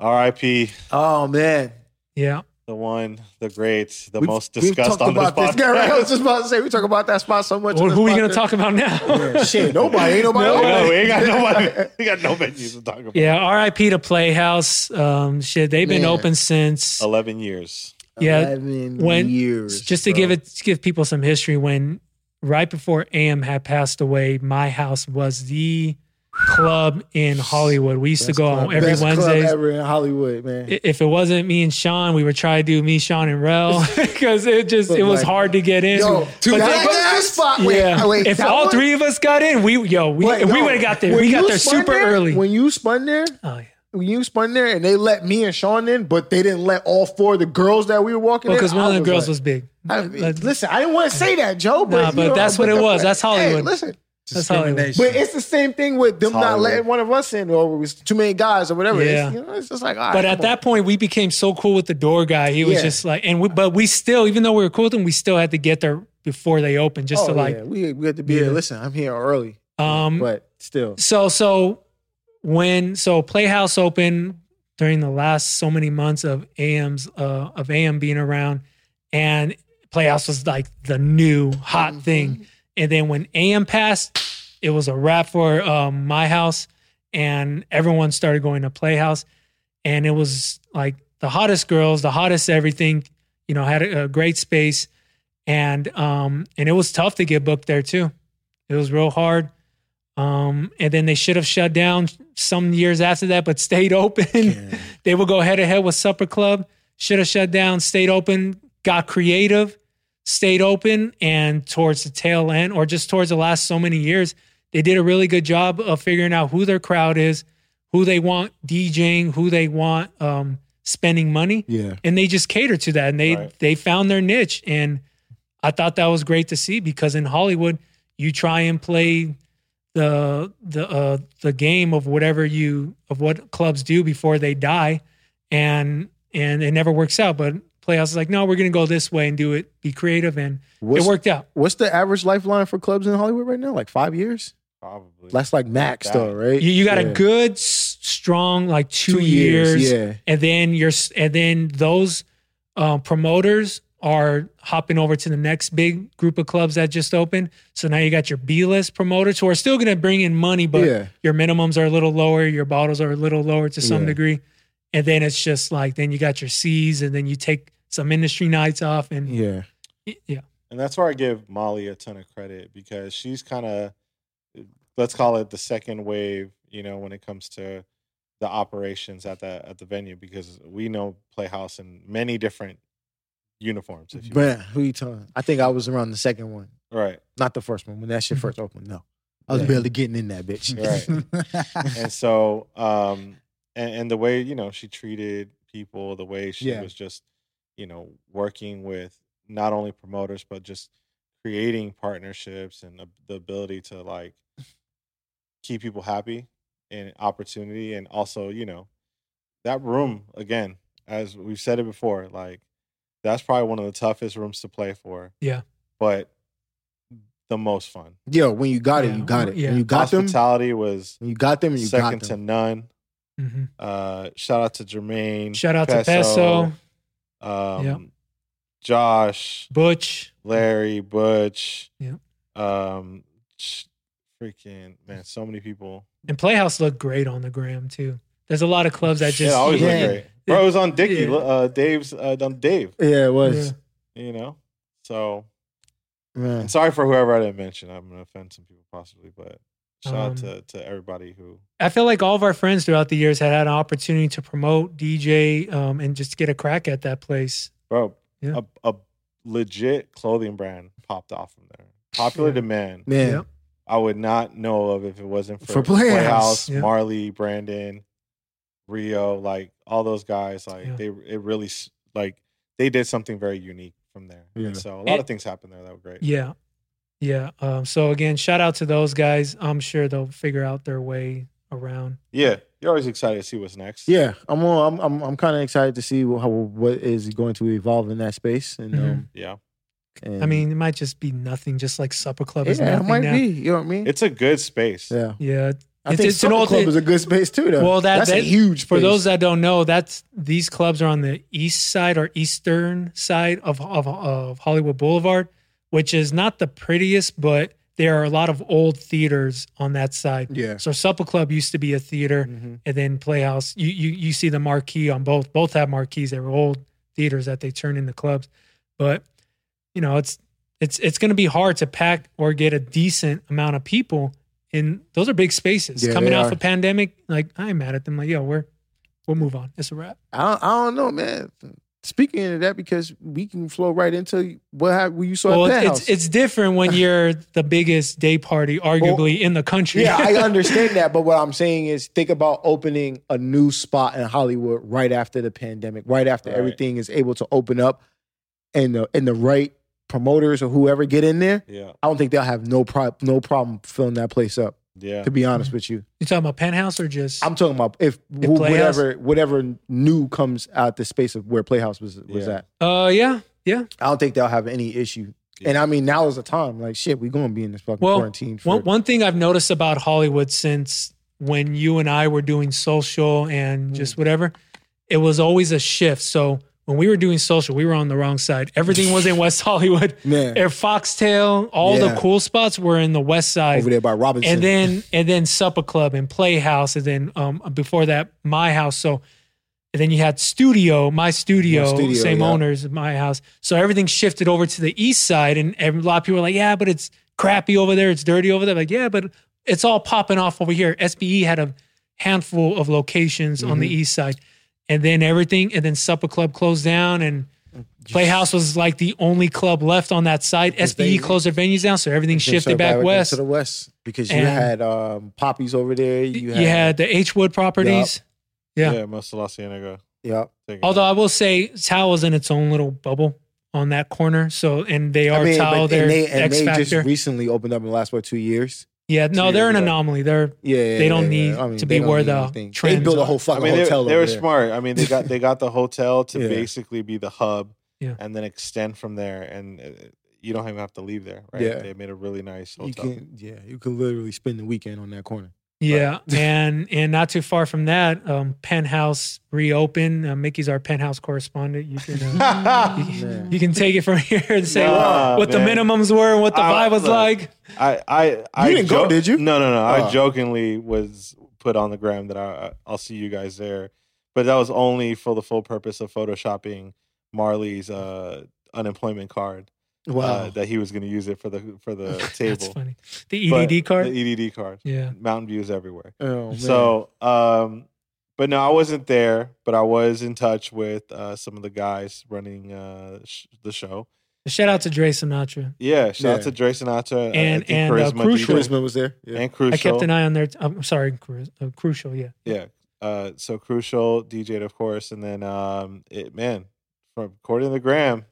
D: R.I.P.
C: Oh man,
B: yeah,
D: The one, the great, the
C: We've-
D: most
C: we've
D: discussed
C: talked
D: on this
C: about Yeah, right. I was
D: podcast.
C: just about to say we talk about that spot so much.
B: well,
C: on this
B: who are we going
C: podcast.
B: to talk about now?
C: Yeah, shit, nobody, ain't nobody.
D: No,
C: like that.
D: we ain't got nobody. We got no venues to talk about.
B: yeah, RIP to Playhouse. Um, shit, they've been
C: Man.
B: open since.
D: Eleven years.
B: Yeah,
F: 11
B: when-
F: years.
B: just to
F: bro.
B: give it to give people some history when right before am had passed away my house was the club in hollywood we used to
C: Best
B: go
C: club-
B: on every
C: best club
B: wednesday
C: ever in Hollywood, man.
B: I- if it wasn't me and sean we would try to do me sean and rel because it just it was
C: Like,
B: hard to get in
C: Yo,
B: But
C: to that,
B: they-
C: that spot. Wait,
B: yeah,
C: wait,
B: if
C: that
B: all
C: one?
B: three of us got in, we yo we,
C: Wait,
B: we
C: no.
B: would have got there.
C: When
B: we got
C: you
B: there
C: spun
B: super
C: there-
B: early.
C: When you spun there,
B: oh, yeah.
C: when you spun there, and they let me and Sean in, but they didn't let all four of the girls that we were walking.
B: Because
C: in,
B: one
C: I
B: of the girls
C: like-
B: was big.
C: I
B: Like,
C: mean, listen, I didn't want to say that, Joe, but
B: Nah,
C: you
B: but
C: know,
B: that's what it
C: the-
B: was. That's
C: Hey,
B: Hollywood.
C: listen,
B: That's how it
F: Discrimination.
C: but it's the same thing with them not
D: Hollywood.
C: letting one of us in, or it was too many guys, or whatever.
B: Yeah.
C: It's, you know, it's just like, all right,
B: But at
C: come on.
B: that point, we became so cool with the door guy. He was
C: Yeah.
B: just like, and we, but we still, even though we were cool with him, we still had to get there before they opened, just
C: oh,
B: to like,
C: yeah, we we had to be here.
B: Yeah.
C: Listen, I'm here early,
B: um,
C: but still,
B: so so when so Playhouse opened, during the last so many months of AM's uh, of AM being around, and playoffs was like the new hot thing. And then when AM passed, it was a wrap for um, my house, and everyone started going to Playhouse, and it was like the hottest girls, the hottest everything. You know, had a, a great space, and um, and it was tough to get booked there too. It was real hard. Um, and then they should have shut down some years after that, but stayed open. they would go head to head with Supper Club. Should have shut down, stayed open, got creative, stayed open, and towards the tail end, or just towards the last so many years, they did a really good job of figuring out who their crowd is, who they want DJing, who they want um, spending money,
C: Yeah.
B: and they just cater to that, and they
D: Right.
B: they found their niche, and I thought that was great to see because in Hollywood, you try and play the the uh, the game of whatever you of what clubs do before they die, and and it never works out. But playoffs is like, no, we're gonna go this way and do it, be creative, and
C: What's,
B: it worked out.
C: what's the average lifeline for clubs in Hollywood right now? Like five years?
D: Probably.
C: That's like max,
D: Got
C: though,
D: it.
C: right?
B: You, you got
C: Yeah.
B: a good s- strong like two, years,
C: Yeah.
B: and then you're s- and then those uh, promoters are hopping over to the next big group of clubs that just opened. So now you got your B list promoters who are still going to bring in money, but
C: yeah.
B: your minimums are a little lower, your bottles are a little lower to some
C: Yeah.
B: degree, and then it's just like then you got your C's, and then you take some industry nights off, and
C: Yeah.
B: yeah,
D: And that's where I give Molly a ton of credit because she's kind of, let's call it the second wave, you know, when it comes to the operations at the at the venue because we know Playhouse in many different uniforms. If you
C: Bruh, who you telling? I think I was around the second one,
D: right,
C: not the first one. When that shit
B: Mm-hmm.
C: first opened, no. I was barely getting in that bitch.
D: Right. and so um and, and the way you know she treated people the way she
C: Yeah.
D: was just you know working with not only promoters but just creating partnerships and the, the ability to like keep people happy and opportunity and also you know that room again as we've said it before like that's probably one of the toughest rooms to play for
B: Yeah.
D: but the most fun
C: Yo, when you got it,
B: Yeah.
C: you got it.
B: Yeah.
C: When you got them,
D: hospitality was
C: when you got them, you
D: second
C: got
D: to
C: them.
D: none
B: Mhm.
D: uh, shout out to Jermaine.
B: shout out to Peso,
D: Um,
B: Yep.
D: Josh,
B: Butch,
D: Larry, Butch.
B: Yep.
D: Um, sh- freaking man, so many people.
B: and Playhouse looked great on the gram too. There's a lot of clubs that
D: it
B: just
D: always
C: yeah.
D: looked great. Bro, it was on Dickie,
B: Yeah.
D: uh, Dave's, uh, on Dave.
C: Yeah, it was.
D: You know, so
C: Man.
D: and sorry for whoever I didn't mention. I'm gonna offend some people possibly, but shout
B: Um,
D: out to to everybody who.
B: I feel like all of our friends throughout the years had had an opportunity to promote, DJ, um, and just get a crack at that place.
D: Bro,
B: Yeah.
D: a, a legit clothing brand popped off from there. Popular
B: Yeah.
D: demand.
C: Man.
B: Yep.
D: I would not know of if it wasn't for,
C: For
D: Playhouse,
C: Playhouse,
B: yeah.
D: Marley, Brandon, Rio, like all those guys. Like
B: Yeah.
D: they, it really s- like they did something very unique from there.
C: Yeah.
D: And so a lot
B: And-
D: of things happened there that were great.
B: Yeah. Yeah. Um, so again, shout out to those guys. I'm sure they'll figure out their way around.
D: Yeah, you're always excited to see what's next.
C: Yeah, I'm on, I'm I'm, I'm kind of excited to see how what is going to evolve in that space. And um,
D: yeah.
C: and-
B: Mm-hmm. I mean, it might just be nothing, just like Supper Club is
C: yeah, it
B: nothing
C: might
B: now.
C: be. You know what I mean?
D: It's a good space.
C: yeah,
B: Yeah.
C: I
B: It's-
C: think
B: it's an
C: Supper
B: old-
C: Club is a good space too. Though.
B: Well, that-
C: that's
B: that-
C: a huge
B: For
C: space.
B: those that don't know, that's these clubs are on the east side or eastern side of, of, of Hollywood Boulevard, which is not the prettiest, but there are a lot of old theaters on that side.
C: yeah,
B: So Supple Club used to be a theater,
C: Mm-hmm.
D: Mhm.
B: and then Playhouse. You you you see the marquee on both. Both have marquees. They were old theaters that they turned into clubs, but you know it's it's it's going to be hard to pack or get a decent amount of people. And those are big spaces.
C: Yeah,
B: Coming
C: they
B: off
C: are.
B: a pandemic, like I'm mad at them. Like yo, we're we'll move on. It's a wrap.
C: I don't, I don't know, man. Speaking of that, because we can flow right into what hap- what you saw
B: well,
C: at that
B: it's,
C: house.
B: it's it's different when you're the biggest day party, arguably in the country.
C: yeah, I understand that, but what I'm saying is, think about opening a new spot in Hollywood right after the pandemic, right after
D: Right.
C: everything is able to open up, and the and the right promoters or whoever get in there.
D: Yeah.
C: I don't think they'll have no pro- no problem filling that place up.
D: Yeah.
C: To be honest with you,
B: you talking about penthouse or just
C: I'm talking about if,
B: If
C: wh-
B: Playhouse-
C: whatever whatever new comes out the space of where Playhouse was was
D: Yeah.
C: at.
B: uh yeah yeah.
C: I don't think they'll have any issue. And I mean, now is the time. Like shit, we gonna be in this fucking
B: Well,
C: quarantine for
B: One, one thing I've
C: Hmm.
B: noticed about Hollywood since when you and I were doing social and just whatever, it was always a shift. So when we were doing social, we were on the wrong side. Everything was in West Hollywood.
C: Man.
B: Air Foxtail, all
C: Yeah.
B: the cool spots were in the West Side.
C: over there by Robinson.
B: and then and then supper club and playhouse and then um before that my house so and then you had studio my studio,
C: Your studio,
B: same
C: yeah.
B: owners my house so everything shifted over to the east side and, and a lot of people were like yeah but it's crappy over there it's dirty over there like yeah but it's all popping off over here sbe had a handful of locations on the
C: Mm-hmm.
B: east side and then everything and then supper club closed down and Playhouse was like the only club left on that side.
C: Because
B: SBE
C: they-
B: closed their venues down, so everything
C: Then
B: shifted
C: started
B: back
C: back
B: west.
C: to the west because you
B: And-
C: had um, poppies over there. You
B: you
C: had,
B: had, the H Wood properties. Yeah.
D: yeah, most of La Cienega.
C: yep.
D: taken
B: Although
D: out.
B: I will say Tao is in its own little bubble on that corner. So and they
C: I
B: are
C: mean,
B: Tao,
C: but,
B: they're
C: and they, and
B: X
C: they just
B: Factor.
C: recently opened up in the last what two years.
B: yeah, no,
D: two
B: they're
D: years
B: an
D: ago.
B: anomaly. They're
C: Yeah, yeah,
B: They don't
C: yeah, yeah.
B: need
C: I mean,
B: to
C: they
B: be
C: don't
B: where
C: need
B: the
C: anything. they
B: trends
C: built a
B: are.
C: whole
D: I
C: fucking
D: mean, they,
C: hotel.
D: they
C: over
D: were
C: there.
D: smart. I mean, they got they got the hotel to
C: Yeah.
D: basically be the hub,
B: Yeah.
D: and then extend from there, and uh, you don't even have to leave there. Right?
C: Yeah.
D: They made a really nice
C: You
D: hotel.
C: can, yeah, you could literally spend the weekend on that corner.
B: yeah, and and not too far from that, um, penthouse reopened. Uh, Mickey's our penthouse correspondent. You can uh,
C: Yeah.
B: you can take it from here and say
D: Nah,
B: what
D: man.
B: the minimums were and what the
D: I-
B: vibe was
D: look,
B: like.
D: I I I
C: didn't go, did you?
D: No, no, no.
C: Oh.
D: I jokingly was put on the gram that I I'll see you guys there, but that was only for the full purpose of photoshopping Marley's uh unemployment card
C: Wow.
D: uh, that he was going to use it for the for the
B: That's
D: table.
B: funny. The
C: E
B: E
D: But-
B: EDD card.
D: The E EDD card.
B: yeah,
D: Mountain View is everywhere.
C: oh, man.
D: So, um, but no, I wasn't there, but I was in touch with uh, some of the guys running uh, sh- the show.
B: shout out to Dre Sinatra.
D: Yeah, shout out
C: Yeah.
D: to Dre Sinatra uh, I
B: And-
D: think
B: and, uh,
D: Charisma
B: Crucial.
D: DJ,
C: Charisma was there. Yeah.
D: and Crucial.
B: I kept an eye on their. I'm sorry, Cru- uh, crucial. Yeah.
D: Yeah. Uh, so Crucial DJ'd, of course, and then um, it man, from according to the gram,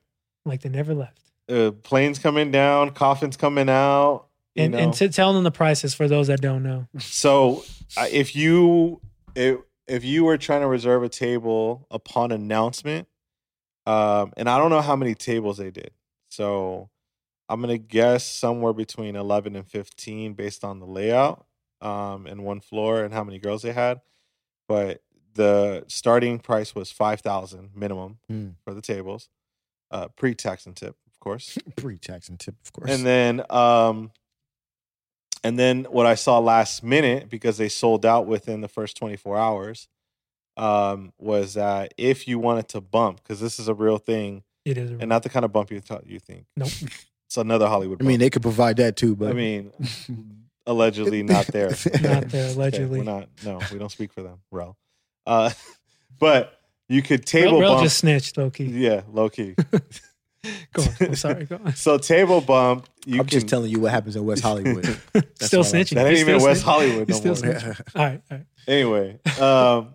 B: like they never left.
D: uh, planes coming down, coffins coming out. You
B: And
D: know?
B: and to tell them the prices for those that don't know.
D: So, I- if you if if you were trying to reserve a table upon announcement, um, and I don't know how many tables they did, so I'm gonna guess somewhere between 11 and 15 based on the layout, um, and one floor and how many girls they had, but the starting price was 5,000 minimum
C: Hmm.
D: for the tables, uh, pre-tax and tip, of course.
C: Pre-tax and tip, of course.
D: And then um and then what I saw last minute because they sold out within the first 24 hours um was that if you wanted to bump cuz this is a real thing
B: It is.
D: and not the kind of bump you thought you think.
B: Nope.
D: It's another Hollywood
C: Mm-hmm. I
D: bump.
C: mean, they could provide that too, but
D: I mean allegedly not there.
B: not there
D: Okay,
B: allegedly.
D: we're not no, we don't speak for them, Rel. Uh but you could table
B: Real,
D: bump
B: just snitched, low key.
D: yeah, low key.
B: Go on. I'm sorry. Go on.
D: So table bump, you
C: I'm
D: can,
C: just telling you what happens in West Hollywood.
B: still
C: all I'm saying.
B: snitching.
D: that ain't
B: He's
D: even
B: still
D: West
B: snitching.
D: Hollywood
B: He's
D: no more.
B: still snitching. All right. All right.
D: Anyway, um,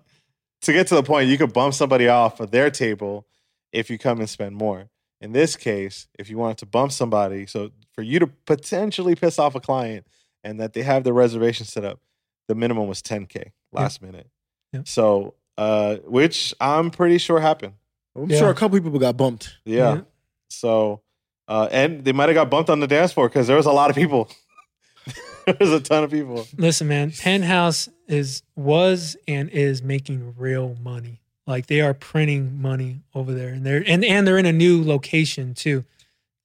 D: to get to the point, you could bump somebody off of their table if you come and spend more. In this case, if you wanted to bump somebody, so for you to potentially piss off a client and that they have their reservation set up, the minimum was 10K last minute.
B: Yeah.
D: So, uh, which I'm pretty sure happened.
C: I'm
B: Yeah.
C: sure a couple people got bumped.
D: Yeah.
B: Yeah.
D: So, uh, and they might have got bumped on the dance floor because there was a lot of people. there was a ton of people.
B: Listen, man. Penthouse is was and is making real money. Like they are printing money over there, and they're and and they're in a new location too.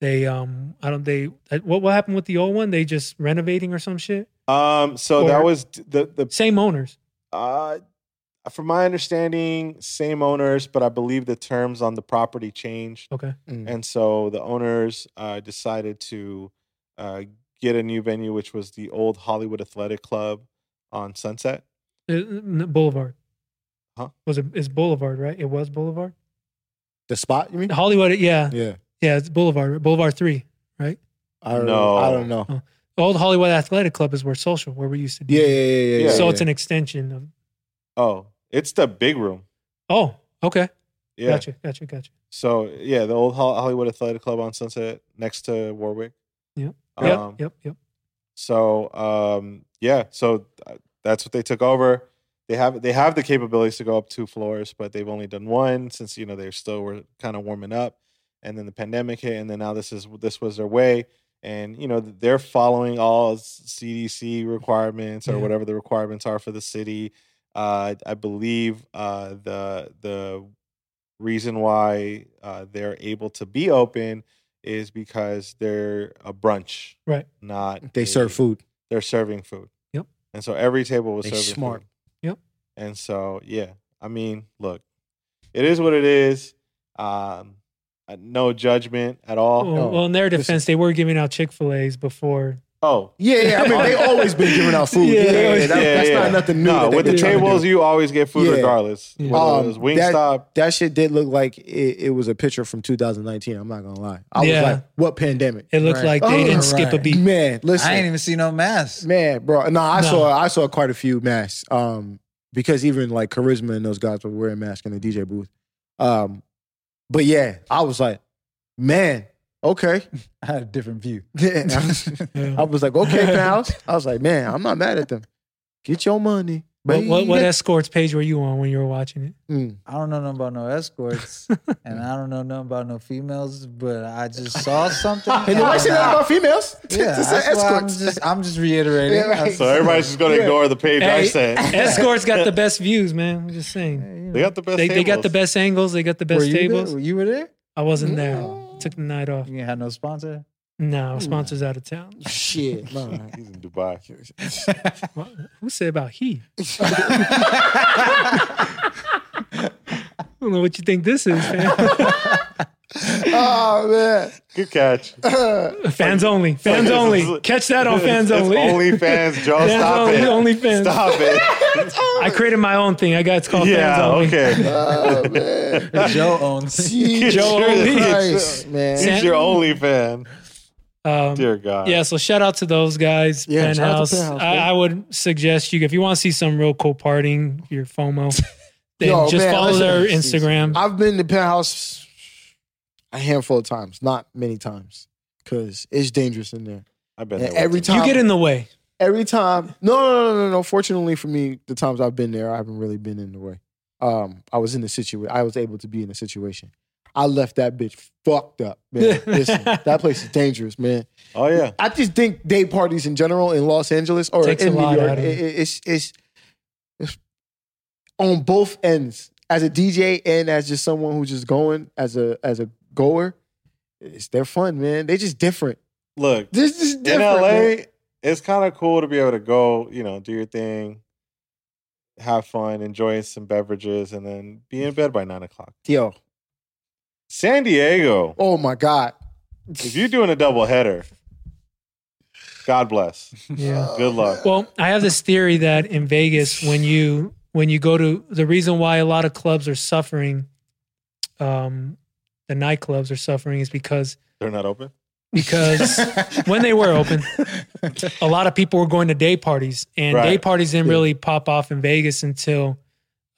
B: They um I don't they what what happened with the old one? They just renovating or some shit.
D: Um, so that
B: Or-
D: was the the
B: Same owners.
D: Uh, from my understanding, same owners, but I believe the terms on the property changed,
B: Okay.
D: and so the owners uh, decided to uh, get a new venue, which was the old Hollywood Athletic Club on Sunset.
B: Uh, n- Boulevard.
D: Huh?
B: Was it is Boulevard, right? It was Boulevard.
C: The spot, you mean?
B: Hollywood, yeah.
C: Yeah.
B: Yeah, it's Boulevard. right? Boulevard 3.
C: I don't
D: No.
C: I don't know.
B: The old Hollywood Athletic Club is where social, where we used to do.
C: Yeah, yeah, yeah, yeah.
D: Yeah.
B: so
C: yeah,
B: it's an extension of
D: Oh, it's the big room.
B: Oh, okay.
D: Yeah.
B: Gotcha, gotcha, gotcha.
D: So yeah, the old Hol- Hollywood Athletic Club on Sunset next to Warwick.
B: Yep.
D: Um,
B: yep, yep, yep.
D: So um, yeah, so th- that's what they took over. They have they have the capabilities to go up two floors, but they've only done one since you know they still were kind of warming up, and then the pandemic hit, and then now this is this was their way, and you know they're following all CDC requirements or
B: Yeah.
D: whatever the requirements are for the city. Uh, I believe uh, the the reason why uh, they're able to be open is because they're a brunch,
B: Right.
D: Not
C: They
D: a-
C: serve food.
D: They're serving food.
B: Yep.
D: And so every table was
C: They
D: serving
C: smart.
D: food.
B: Yep.
D: And so yeah, I mean, look, it is what it is. Um, uh, no judgment at all.
B: Well, well, in their
C: Listen.
B: defense, they were giving out Chick Fil A's before.
D: Oh,
C: Yeah, yeah. I mean, they always been giving out food.
B: Yeah,
C: Yeah,
B: they always-
C: that-
D: Yeah,
C: that's
D: yeah.
C: not nothing new.
D: No,
C: that they've
D: with the
C: been trying to
D: tables,
C: do.
D: you always get food
C: Yeah.
D: regardless.
B: Yeah.
D: Whether it was
C: Um,
D: Wingstop,
C: that shit did look like it, it was a picture from 2019. I'm not gonna lie. I
B: Yeah.
C: was like, what pandemic?
B: It looked like
F: Right.
B: they
C: Oh,
B: didn't skip a
F: right.
B: beat.
C: Man, listen,
F: I ain't even see no mask.
C: man, bro. No, I
B: No.
C: saw I saw quite a few masks. Um, because even like charisma and those guys were wearing masks in the DJ booth. Um, but yeah, I was like, man, okay.
F: I had a different view.
C: I
B: Yeah.
C: was like, okay, pals. I was like, man, I'm not mad at them. Get your money.
B: What, what, what
C: baby.
B: escorts page were you on when you were watching it?
C: Mm.
F: I don't know nothing about no escorts, and I don't know nothing about no females. But I just saw something.
C: Hey,
F: and
C: nobody said that
F: I-
C: about females.
F: Yeah,
C: Just
F: that's
C: said
F: why I'm
C: escorts.
F: just I'm just reiterating.
C: Yeah, right.
D: so everybody's just going to
C: Yeah.
D: ignore the page I
B: Hey.
D: said.
B: Escorts got the best views, man. I'm just saying.
D: They got the best.
B: They, they got the
D: tables.
B: best angles. They got the
F: Were
B: best
F: you there?
B: tables.
F: You were there.
B: I
D: Mm.
B: wasn't there. Took the night off.
F: You ain't had no sponsor.
B: No, sponsors out of town.
C: Shit, man.
D: He's in Dubai.
B: What- Who said about he? I don't know what you think this is, fam.
C: oh man.
D: Good catch.
B: fans only. Fans
D: This
B: only.
D: is-
B: Catch that on fans
D: It's
B: only.
D: fans, Joe.
B: Fans
D: stop
B: only,
D: it.
B: only fans.
D: Stop it.
B: I created my own thing. I got it's called fans
D: yeah.
B: only.
D: Okay.
C: Oh man.
F: Joe owns.
C: Jesus
B: Joe only.
C: Christ, man.
D: He's your only fan.
B: Um,
D: Dear God.
B: yeah, so shout out to those guys.
C: Yeah, shout out to
B: Penthouse.
C: Penthouse,
B: I,
C: man.
B: I would suggest you if you want to see some real cool partying, your FOMO, then
C: Yo,
B: just
C: man,
B: follow
C: listen.
B: their Instagram.
C: I've been to penthouse a handful of times, not many times, because it's dangerous in there.
D: I bet
C: Yeah,
D: that
C: every
D: worked.
C: time-
B: you get in the way.
C: Every time, no, no, no, no, no. Fortunately for me, the times I've been there, I haven't really been in the way. Um, I was in the situation. I was able to be in the situation. I left that bitch fucked up, man. Listen, that place is dangerous, man.
D: Oh yeah.
C: I just think day parties in general in Los Angeles or
B: Takes a
C: in New
B: lot
C: York,
B: out of
C: it-
B: you.
C: it- it's, it's it's on both ends as a DJ and as just someone who's just going as a as a goer. It's they're fun, man. They just different.
D: Look,
C: This is
D: in
C: different.
D: LA,
C: man.
D: it's kind of cool to be able to go, you know, do your thing, have fun, enjoy some beverages, and then be in bed by nine o'clock.
C: yo,
D: San Diego,
C: oh my god,
D: if you're doing a double header, God bless.
B: Yeah.
D: Good
C: Oh,
D: luck.
B: Well, I have this theory that in Vegas, when you when you go to the reason why a lot of clubs are suffering, um, the nightclubs are suffering is because
D: They're not open.
B: because when they were open, a lot of people were going to day parties, and
D: Right.
B: day parties didn't
C: Yeah.
B: really pop off in Vegas until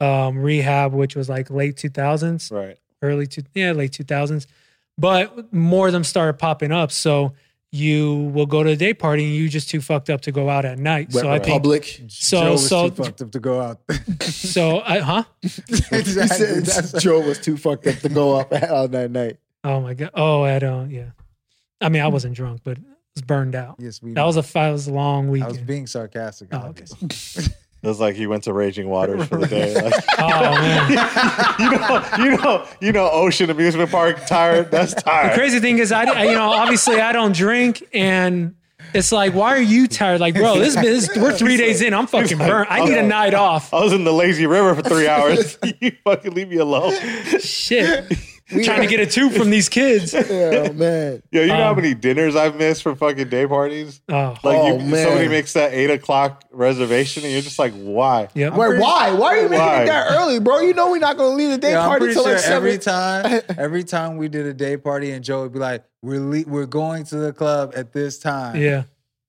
B: um, rehab, which was like late two thousands
D: Right.
B: early to yeah late 2000s but more of them started popping up so you will go to a day party and you just too fucked up to go out at night so i
D: right.
B: think
C: public.
B: So-
F: Joe was
B: so-
F: too fucked up to go out.
B: so i huh
F: exactly. That's
C: Joe was too fucked up to go up on that night.
B: oh my god oh i don't yeah i mean i wasn't drunk but I was burned out
F: yes, we.
B: that was a that was a long
F: I was
B: weekend
F: being sarcastic.
B: Oh, okay.
F: obviously.
D: It was like he went to Raging Waters for the day. Like,
B: oh man
D: you know, you know, you know, Ocean Amusement Park tired. That's
B: the
D: tired.
B: crazy thing is I, I- you know obviously i don't drink and it's like why are you tired like bro this, this we're three days in i'm fucking
D: like,
B: burnt i need a
D: oh.
B: night off
D: I was in the lazy river for three hours. you fucking leave me alone.
B: shit trying to get a two from these kids
C: Oh man,
D: Yo, you know how
B: Um,
D: many dinners I've missed for fucking day parties?
B: oh
D: Like
C: Oh,
D: you,
C: man.
D: somebody makes that eight o'clock reservation, and you're just like, why?
B: yeah
C: Wait, why? Why are you making
D: Why?
C: it that early, bro? You know we're not gonna leave the day
F: Yeah, I'm
C: party
F: pretty
C: till
F: sure
C: like seven.
F: every time, every time we did a day party, and Joe would be like, "We're le- we're going to the club at this time."
B: yeah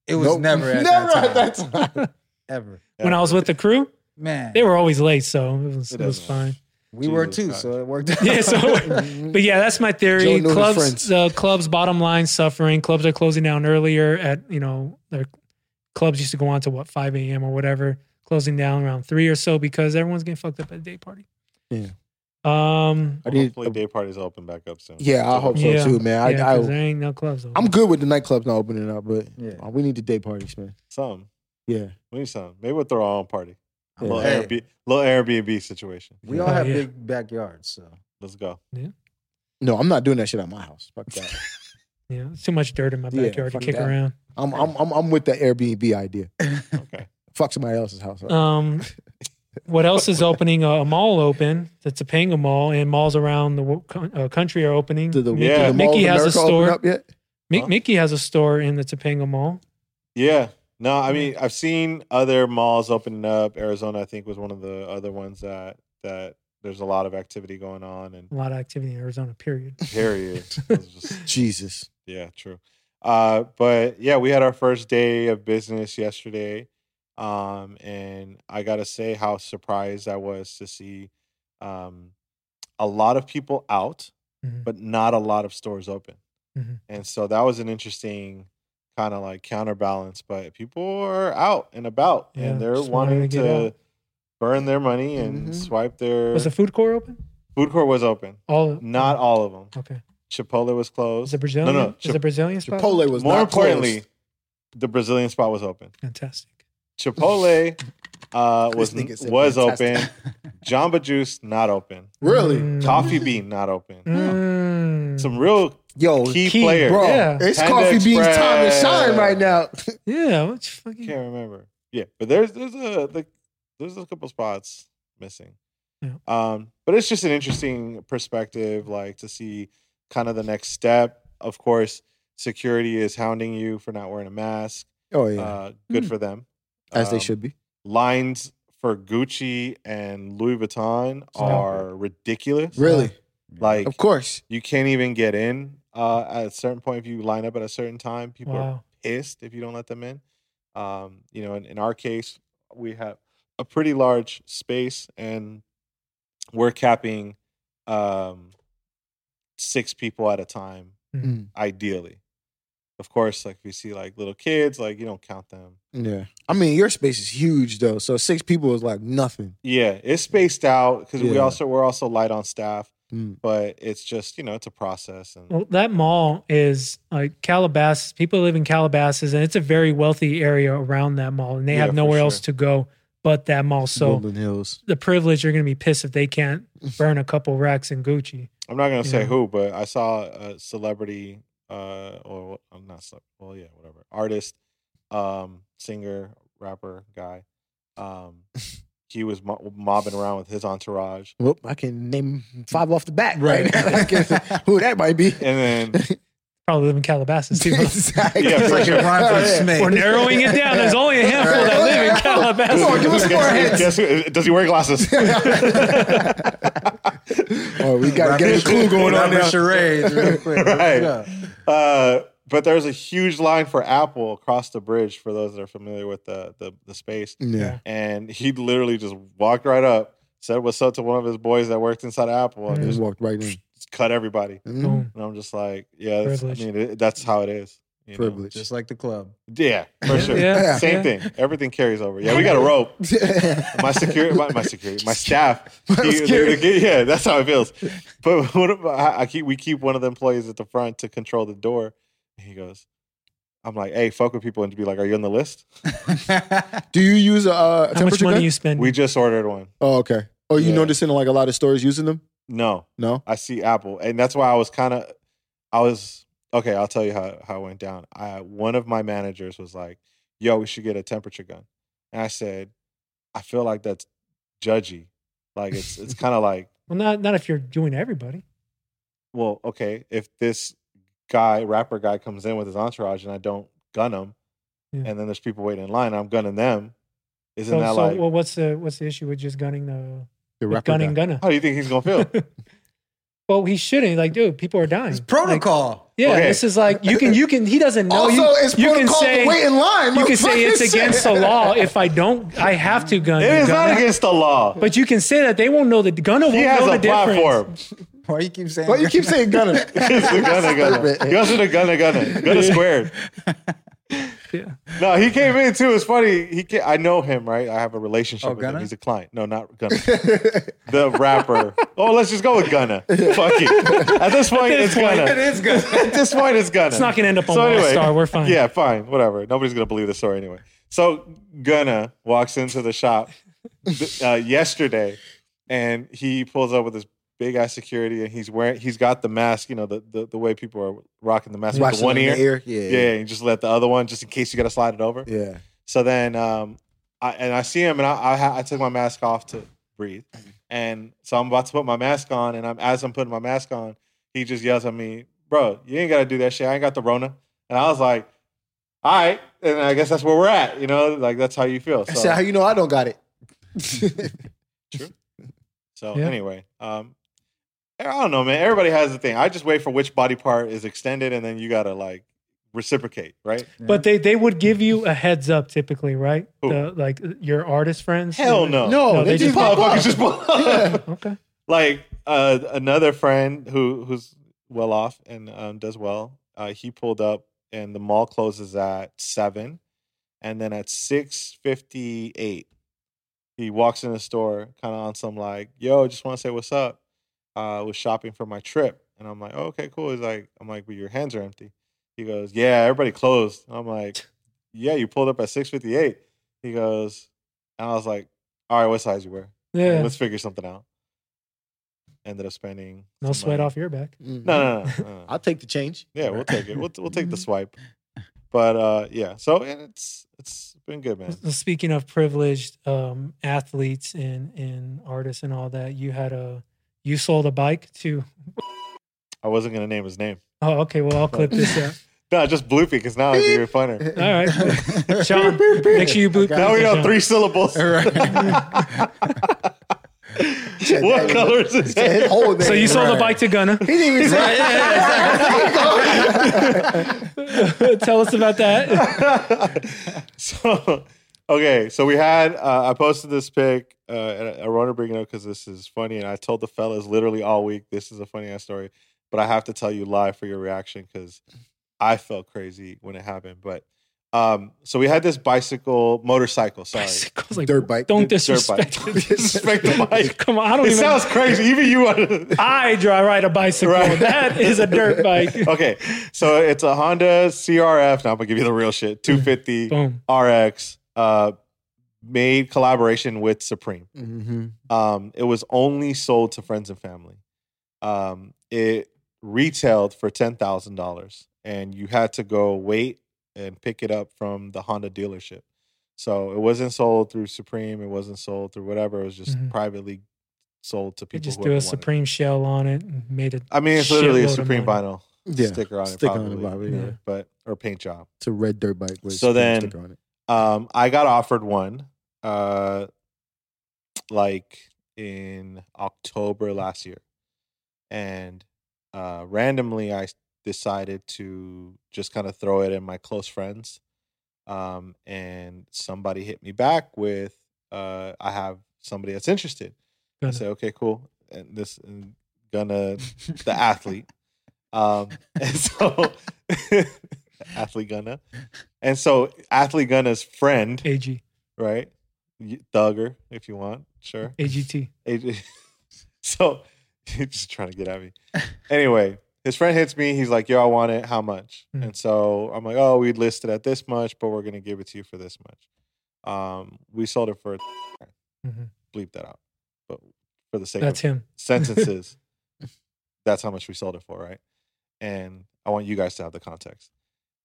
F: it was
C: Nope.
F: never at
C: never
F: that time,
C: at that time.
F: ever.
B: when I was with the crew,
F: Man,
B: they were always late, so it was
D: It
B: it, was
D: doesn't
B: fine.
F: we were
D: Jesus
F: too,
D: Christ.
F: so it worked out.
B: Yeah, so but yeah, that's my
C: Joe
B: theory.
C: knew his
B: Clubs,
C: friends.
B: the clubs, bottom line, suffering. Clubs are closing down earlier. At you know, their clubs used to go on to what five a.m. or whatever, closing down around three or so because everyone's getting fucked up at the day party.
C: Yeah.
B: Um.
C: I need.
D: Hopefully, day parties open back up soon.
C: Yeah, I hope so
B: Yeah.
C: too, man. I,
B: yeah,
C: I,
B: 'cause there ain't no clubs. open.
C: I'm good with the nightclubs not opening up, but
F: Yeah.
C: uh, we need the day parties, man.
D: Some.
C: Yeah,
D: We need some. Maybe we'll throw our own party. little,
F: Hey.
D: Airbnb, little Airbnb situation.
F: We all
B: Oh,
F: have
B: yeah.
F: big backyards, so
D: Let's go.
C: No, I'm not doing that shit at my house. Fuck that.
B: Yeah, it's too much dirt in my
C: Yeah,
B: backyard
C: fuck
B: to kick
C: that.
B: around.
C: I'm, I'm I'm I'm with the Airbnb idea.
D: Okay.
C: Fuck somebody else's house. up.
B: Um, what else is opening? Uh, a mall open. That's a Panga Mall, and malls around the wo- co- uh, country are opening.
C: Did the,
D: Yeah.
C: did the Mall of
B: Mickey has a
C: America open
B: store.
C: up yet?
B: Mi-
D: Huh?
B: Mickey has a store in the Topanga Mall.
D: Yeah. No, I mean I've seen other malls opening up. Arizona, I think, was one of the other ones that that there's a lot of activity going on. And
B: A lot of activity in Arizona. Period.
D: period. It's just-
C: Jesus.
D: Yeah, true. Uh, but yeah, we had our first day of business yesterday. Um, and I gotta say how surprised I was to see um a lot of people out,
B: Mhm.
D: but not a lot of stores open.
B: Mhm.
D: And so that was an interesting kind of like counterbalance. But people are out and about
B: Yeah,
D: and they're
B: just wanting
D: wanting
B: to
D: to,
B: get out. Mm-hmm.
D: burn their money and
C: Mhm.
D: swipe their
B: Was the food court open?
D: food court was open.
B: All
D: Not all of them.
B: okay.
D: Chipotle was closed.
B: Is the Brazilian?
D: No, no.
B: Is the Brazilian spot?
C: Chipotle was
D: More
C: not
D: importantly,
C: closed.
D: the Brazilian spot was open.
B: Fantastic.
D: Chipotle uh, was
C: This nigga said
D: was open.
C: fantastic.
D: Jamba Juice not open.
C: really.
B: Mm.
D: Coffee Bean not open.
B: Mm.
D: Some real
C: Yo,
D: key
B: key,
D: players.
C: bro,
B: Yeah.
C: it's
D: Panda
C: coffee beans time to
D: Express.
C: shine right now.
B: yeah. What's fucking?
D: Can't remember. Yeah, but there's there's a the, there's a couple spots missing.
B: Yeah.
D: Um, but it's just an interesting perspective, like to see kind of the next step. Of course, security is hounding you for not wearing a mask.
C: oh yeah,
D: Uh, good
B: Mm.
D: for them,
C: as they
D: Um,
C: should be.
D: lines for Gucci and Louis Vuitton are ridiculous.
C: Really,
D: Like
C: of course.
D: you can't even get in uh, at a certain point if you line up at a certain time. People are
B: Wow.
D: pissed if you don't let them in. Um, you know, in, in our case, we have a pretty large space and we're capping um, six people at a time,
C: Mm.
D: ideally. Of course, like if you see like little kids, like you don't count them.
C: Yeah, I mean your space is huge though, so six people is like nothing.
D: Yeah, it's spaced out because we
C: Yeah.
D: also we're also light on staff,
C: Mm.
D: but it's just you know it's a process and
B: Well, that mall is like Calabasas. People live in Calabasas, and it's a very wealthy area around that mall, and they
D: Yeah,
B: have
D: for
B: nowhere
D: sure.
B: else to go but that mall. So
C: Golden Hills.
B: the privilege, you're going to be pissed if they can't burn a couple racks in Gucci.
D: I'm not gonna say
B: Yeah.
D: who, but I saw a celebrity, uh, or I'm not celeb. Well, yeah, whatever. Artist, um, singer, rapper guy. Um, he was mo- mobbing around with his entourage,
C: Whoop, I can name five off the bat right,
F: Right.
C: now. I can- who that might be.
D: and then
B: Probably live in Calabasas too. huh?
C: exactly.
D: Yeah, for sure.
F: Rhymes with
C: Yeah.
F: Smith.
B: We're narrowing it down. There's only a handful that live in Calabasas.
C: Come on, give us more hints.
D: Guess who- uh, does he wear glasses?
C: Oh, we gotta
F: Rapper
C: get a clue going on
F: rapper
C: now.
F: charades real quick.
D: Right.
F: Yeah.
D: uh, but there's a huge line for Apple across the bridge for those that are familiar with the the, the space.
C: Yeah.
D: And he literally just walked right up, said what's up to one of his boys that worked inside Apple, and
B: Mm.
C: Just
D: just
C: walked right in.
D: cut everybody.
C: Mm.
B: Boom.
D: And I'm just like, yeah, that's, I
B: Privilege.
D: mean, it, that's how it is. you know?
C: Privilege.
F: Just like the club.
D: Yeah, for sure.
B: Yeah,
D: Same
B: yeah.
D: thing. Everything carries over. Yeah, we got a rope. My security, my, my security, my staff.
C: My
D: he- they-
C: security.
D: they- yeah, that's how it feels. But what about, I, I keep, we keep one of the employees at the front to control the door. And he goes, I'm like, hey, fuck with people and be like, are you on the list?
C: Do you use a, uh, a
B: How much
C: temperature
B: money
C: gun?
B: you spend?
D: We just ordered one.
C: oh, okay. Oh, you
D: Yeah.
C: noticing like a lot of stores using them?
D: No,
C: No.
D: I see Apple, and that's why I was kind of, I was okay. I'll tell you how how it went down. I one of my managers was like, "Yo, we should get a temperature gun," and I said, "I feel like that's judgy. Like it's it's kind of like,
B: well, not not if you're doing everybody.
D: well, okay, if this guy rapper guy comes in with his entourage and I don't gun him,
B: Yeah.
D: and then there's people waiting in line, I'm gunning them. Isn't
B: So,
D: that
B: so
D: like
B: well, what's the what's the issue with just gunning the
C: The
B: with
C: rapper
B: gunning
C: guy.
B: gunner?
D: how do you think he's gonna feel?
B: well, he shouldn't. Like, dude, people are dying.
F: It's
B: Like,
F: protocol.
B: yeah,
D: Okay.
B: this is like you can you can. He doesn't know.
C: also,
B: you,
C: it's
B: you
C: protocol to wait in line.
B: You can say it's
C: motherfucker.
B: against the law if I don't. I have to gun.
D: It
B: you,
D: is not
B: gunner.
D: against the law.
B: But you can say that they won't know the gunner won't
D: He has
B: know the
D: a
B: difference.
D: platform.
F: Why you keep saying
C: Why you keep saying gunner?
D: It's the gunna gunna. He also the gunna gunna. Gunna squared.
B: Yeah.
D: No, he came in too. It's funny. He ca I know him, right? I have a relationship
F: Oh,
D: with
F: Gunna?
D: him. He's a client. No, not gunna. the rapper. Oh, let's just go with gunna. Fuck it. At this point, it's
F: It
D: gunna.
F: is good.
D: At this point, it's gunna.
B: It's not going to end up on All Star. We're fine.
D: Yeah, fine. Whatever. Nobody's gonna believe the story anyway. So Gunna walks into the shop uh, yesterday, and he pulls up with his big ass security, and he's wearing he's got the mask, you know, the the, the way people are rocking the mask with the
G: Watching
D: one
G: in
D: ear.
G: the ear.
D: Yeah,
G: Yeah.
D: yeah, you just let the other one just in case you got to slide it over.
G: Yeah.
D: So then, um, I and I see him, and I I, ha- I took my mask off to breathe, and so I'm about to put my mask on, and I'm as I'm putting my mask on, he just yells at me, "Bro, you ain't gotta do that shit. I ain't got the Rona." And I was like, "All right," and I guess that's where we're at, you know, like that's how you feel.
G: I said, how
D: So,
G: you know I don't got it?
D: so
B: Yeah.
D: anyway, um, I don't know, man. Everybody has a thing. I just wait for which body part is extended, and then you gotta like reciprocate, right?
B: But they they would give you a heads up typically, right?
D: Who?
B: The, like your artist friends.
D: Hell no,
G: No,
B: No,
G: they,
B: they
G: just
B: just
G: pop
D: Motherfuckers
G: up.
D: just pull up.
G: Yeah.
B: Okay.
D: like uh, another friend who who's well off and um, does well. Uh, he pulled up, and the mall closes at seven, and then at six fifty eight, he walks in the store, kind of on some like, "Yo, just want to say what's up." Uh, I was shopping for my trip, and I'm like, oh, "Okay, cool." He's like, "I'm like, but your hands are empty." He goes, "Yeah, everybody closed." I'm like, "Yeah, you pulled up at six fifty eight. He goes, and I was like, "All right, what size you wear?" Like,
B: Yeah.
D: let's figure something out. Ended up spending
B: No
D: some
B: sweat
D: money.
B: off your back.
D: No, no, no, no, no, no.
G: I'll take the change.
D: yeah, we'll take it. We'll we'll take the swipe. But uh, yeah, so and it's it's been good, man.
B: So Speaking of privileged um, athletes and and artists and all that, you had a you sold a bike to.
D: I wasn't gonna name his name.
B: Oh, okay. Well, I'll clip this out.
D: No, just bloopy because now it's even funner.
B: All right, Sean. Make sure you bleep.
F: I got
D: Now we know
B: don't
D: three syllables. what color is his
G: His
D: hair?
G: whole
B: So
G: name.
B: you sold the bike to Gunna.
G: He didn't even say
B: Tell us about that.
D: so okay, so we had uh, I posted this pic. Uh, and I want to bring it up because this is funny, and I told the fellas literally all week this is a funny ass story. But I have to tell you live for your reaction because I felt crazy when it happened. But um, so we had this bicycle, motorcycle. Sorry,
B: Bicycles, like,
G: dirt bike.
B: Don't
D: dirt bike.
B: disrespect.
D: Disrespect the bike.
B: Come on, I don't
D: It
B: even.
D: sounds crazy. Even you. wanna-
B: I drive ride a bicycle.
D: Right.
B: That is a dirt bike.
D: okay, so it's a Honda CRF. Now I'm gonna give you the real shit. 250
B: Boom.
D: RX uh, made collaboration with Supreme.
G: Mm-hmm.
D: Um, it was only sold to friends and family. Um, it retailed for ten thousand dollars, and you had to go wait and pick it up from the Honda dealership. So it wasn't sold through Supreme. It wasn't sold through whatever. It was just
B: Mhm.
D: privately sold to
B: They
D: people.
B: just
D: who
B: do
D: wanted
B: a
D: it.
B: Supreme shell on it and made it.
D: I mean, it's literally a
B: shitload of
D: Supreme
B: money.
D: vinyl
G: Mm-hmm. Yeah.
D: sticker on
G: Sticker
D: it,
G: on it,
D: probably,
G: probably,
B: yeah.
D: but or paint job.
G: It's a red dirt bike. With
D: So
G: a
D: then-
G: sticker on it.
D: Um, I got offered one, uh, like in October last year, and uh, randomly I s- decided to just kind of throw it in my close friends, um, and somebody hit me back with, uh, "I have somebody that's interested." I
B: Gunna.
D: said, "Okay, cool," and this and gonna the athlete. Um, and so athlete Gunna, and so athlete Gunna's friend,
B: AG
D: right? Y- Thugger, if you want, sure.
B: AGT.
D: AJ. So he's just trying to get at me. Anyway, his friend hits me. He's like, "Yo, I want it. How much?"
B: Mhm.
D: And so I'm like, "Oh, we listed at this much, but we're gonna give it to you for this much." Um, we sold it for
B: Mhm.
D: bleep that out, but for the sake of
B: That's him.
D: sentences. That's how much we sold it for, right? And I want you guys to have the context.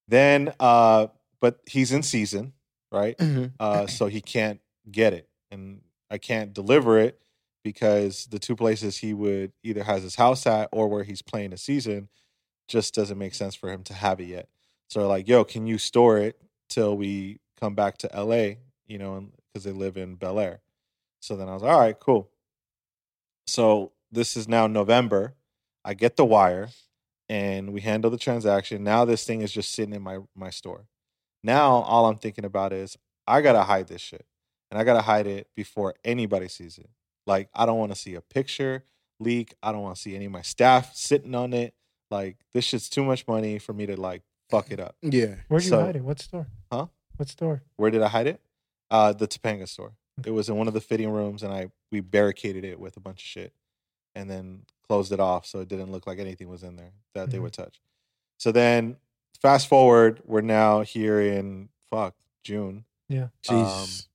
D: Then, uh, but he's in season, right? Uh, so he can't get it, and I can't deliver it because the two places he would either has his house at or where he's playing a season just doesn't make sense for him to have it yet. So they're like, "Yo, can you store it till we come back to LA?" You know, because they live in Bel Air. So then I was, "All right, cool." So this is now November. I get the wire and we handle the transaction. Now this thing is just sitting in my my store. Now all I'm thinking about is I gotta hide this shit. And I gotta hide it before anybody sees it. Like I don't wanna see a picture leak. I don't wanna see any of my staff sitting on it. Like this shit's too much money for me to like fuck it up.
G: Yeah.
B: Where'd you
D: So-
B: hide it? What store?
D: Huh?
B: What store?
D: Where did I hide it? Uh, the Topanga store. It was in one of the fitting rooms, and I we barricaded it with a bunch of shit, and then closed it off so it didn't look like anything was in there that they would touch. So then, fast forward, we're now here in fuck June,
G: Jesus.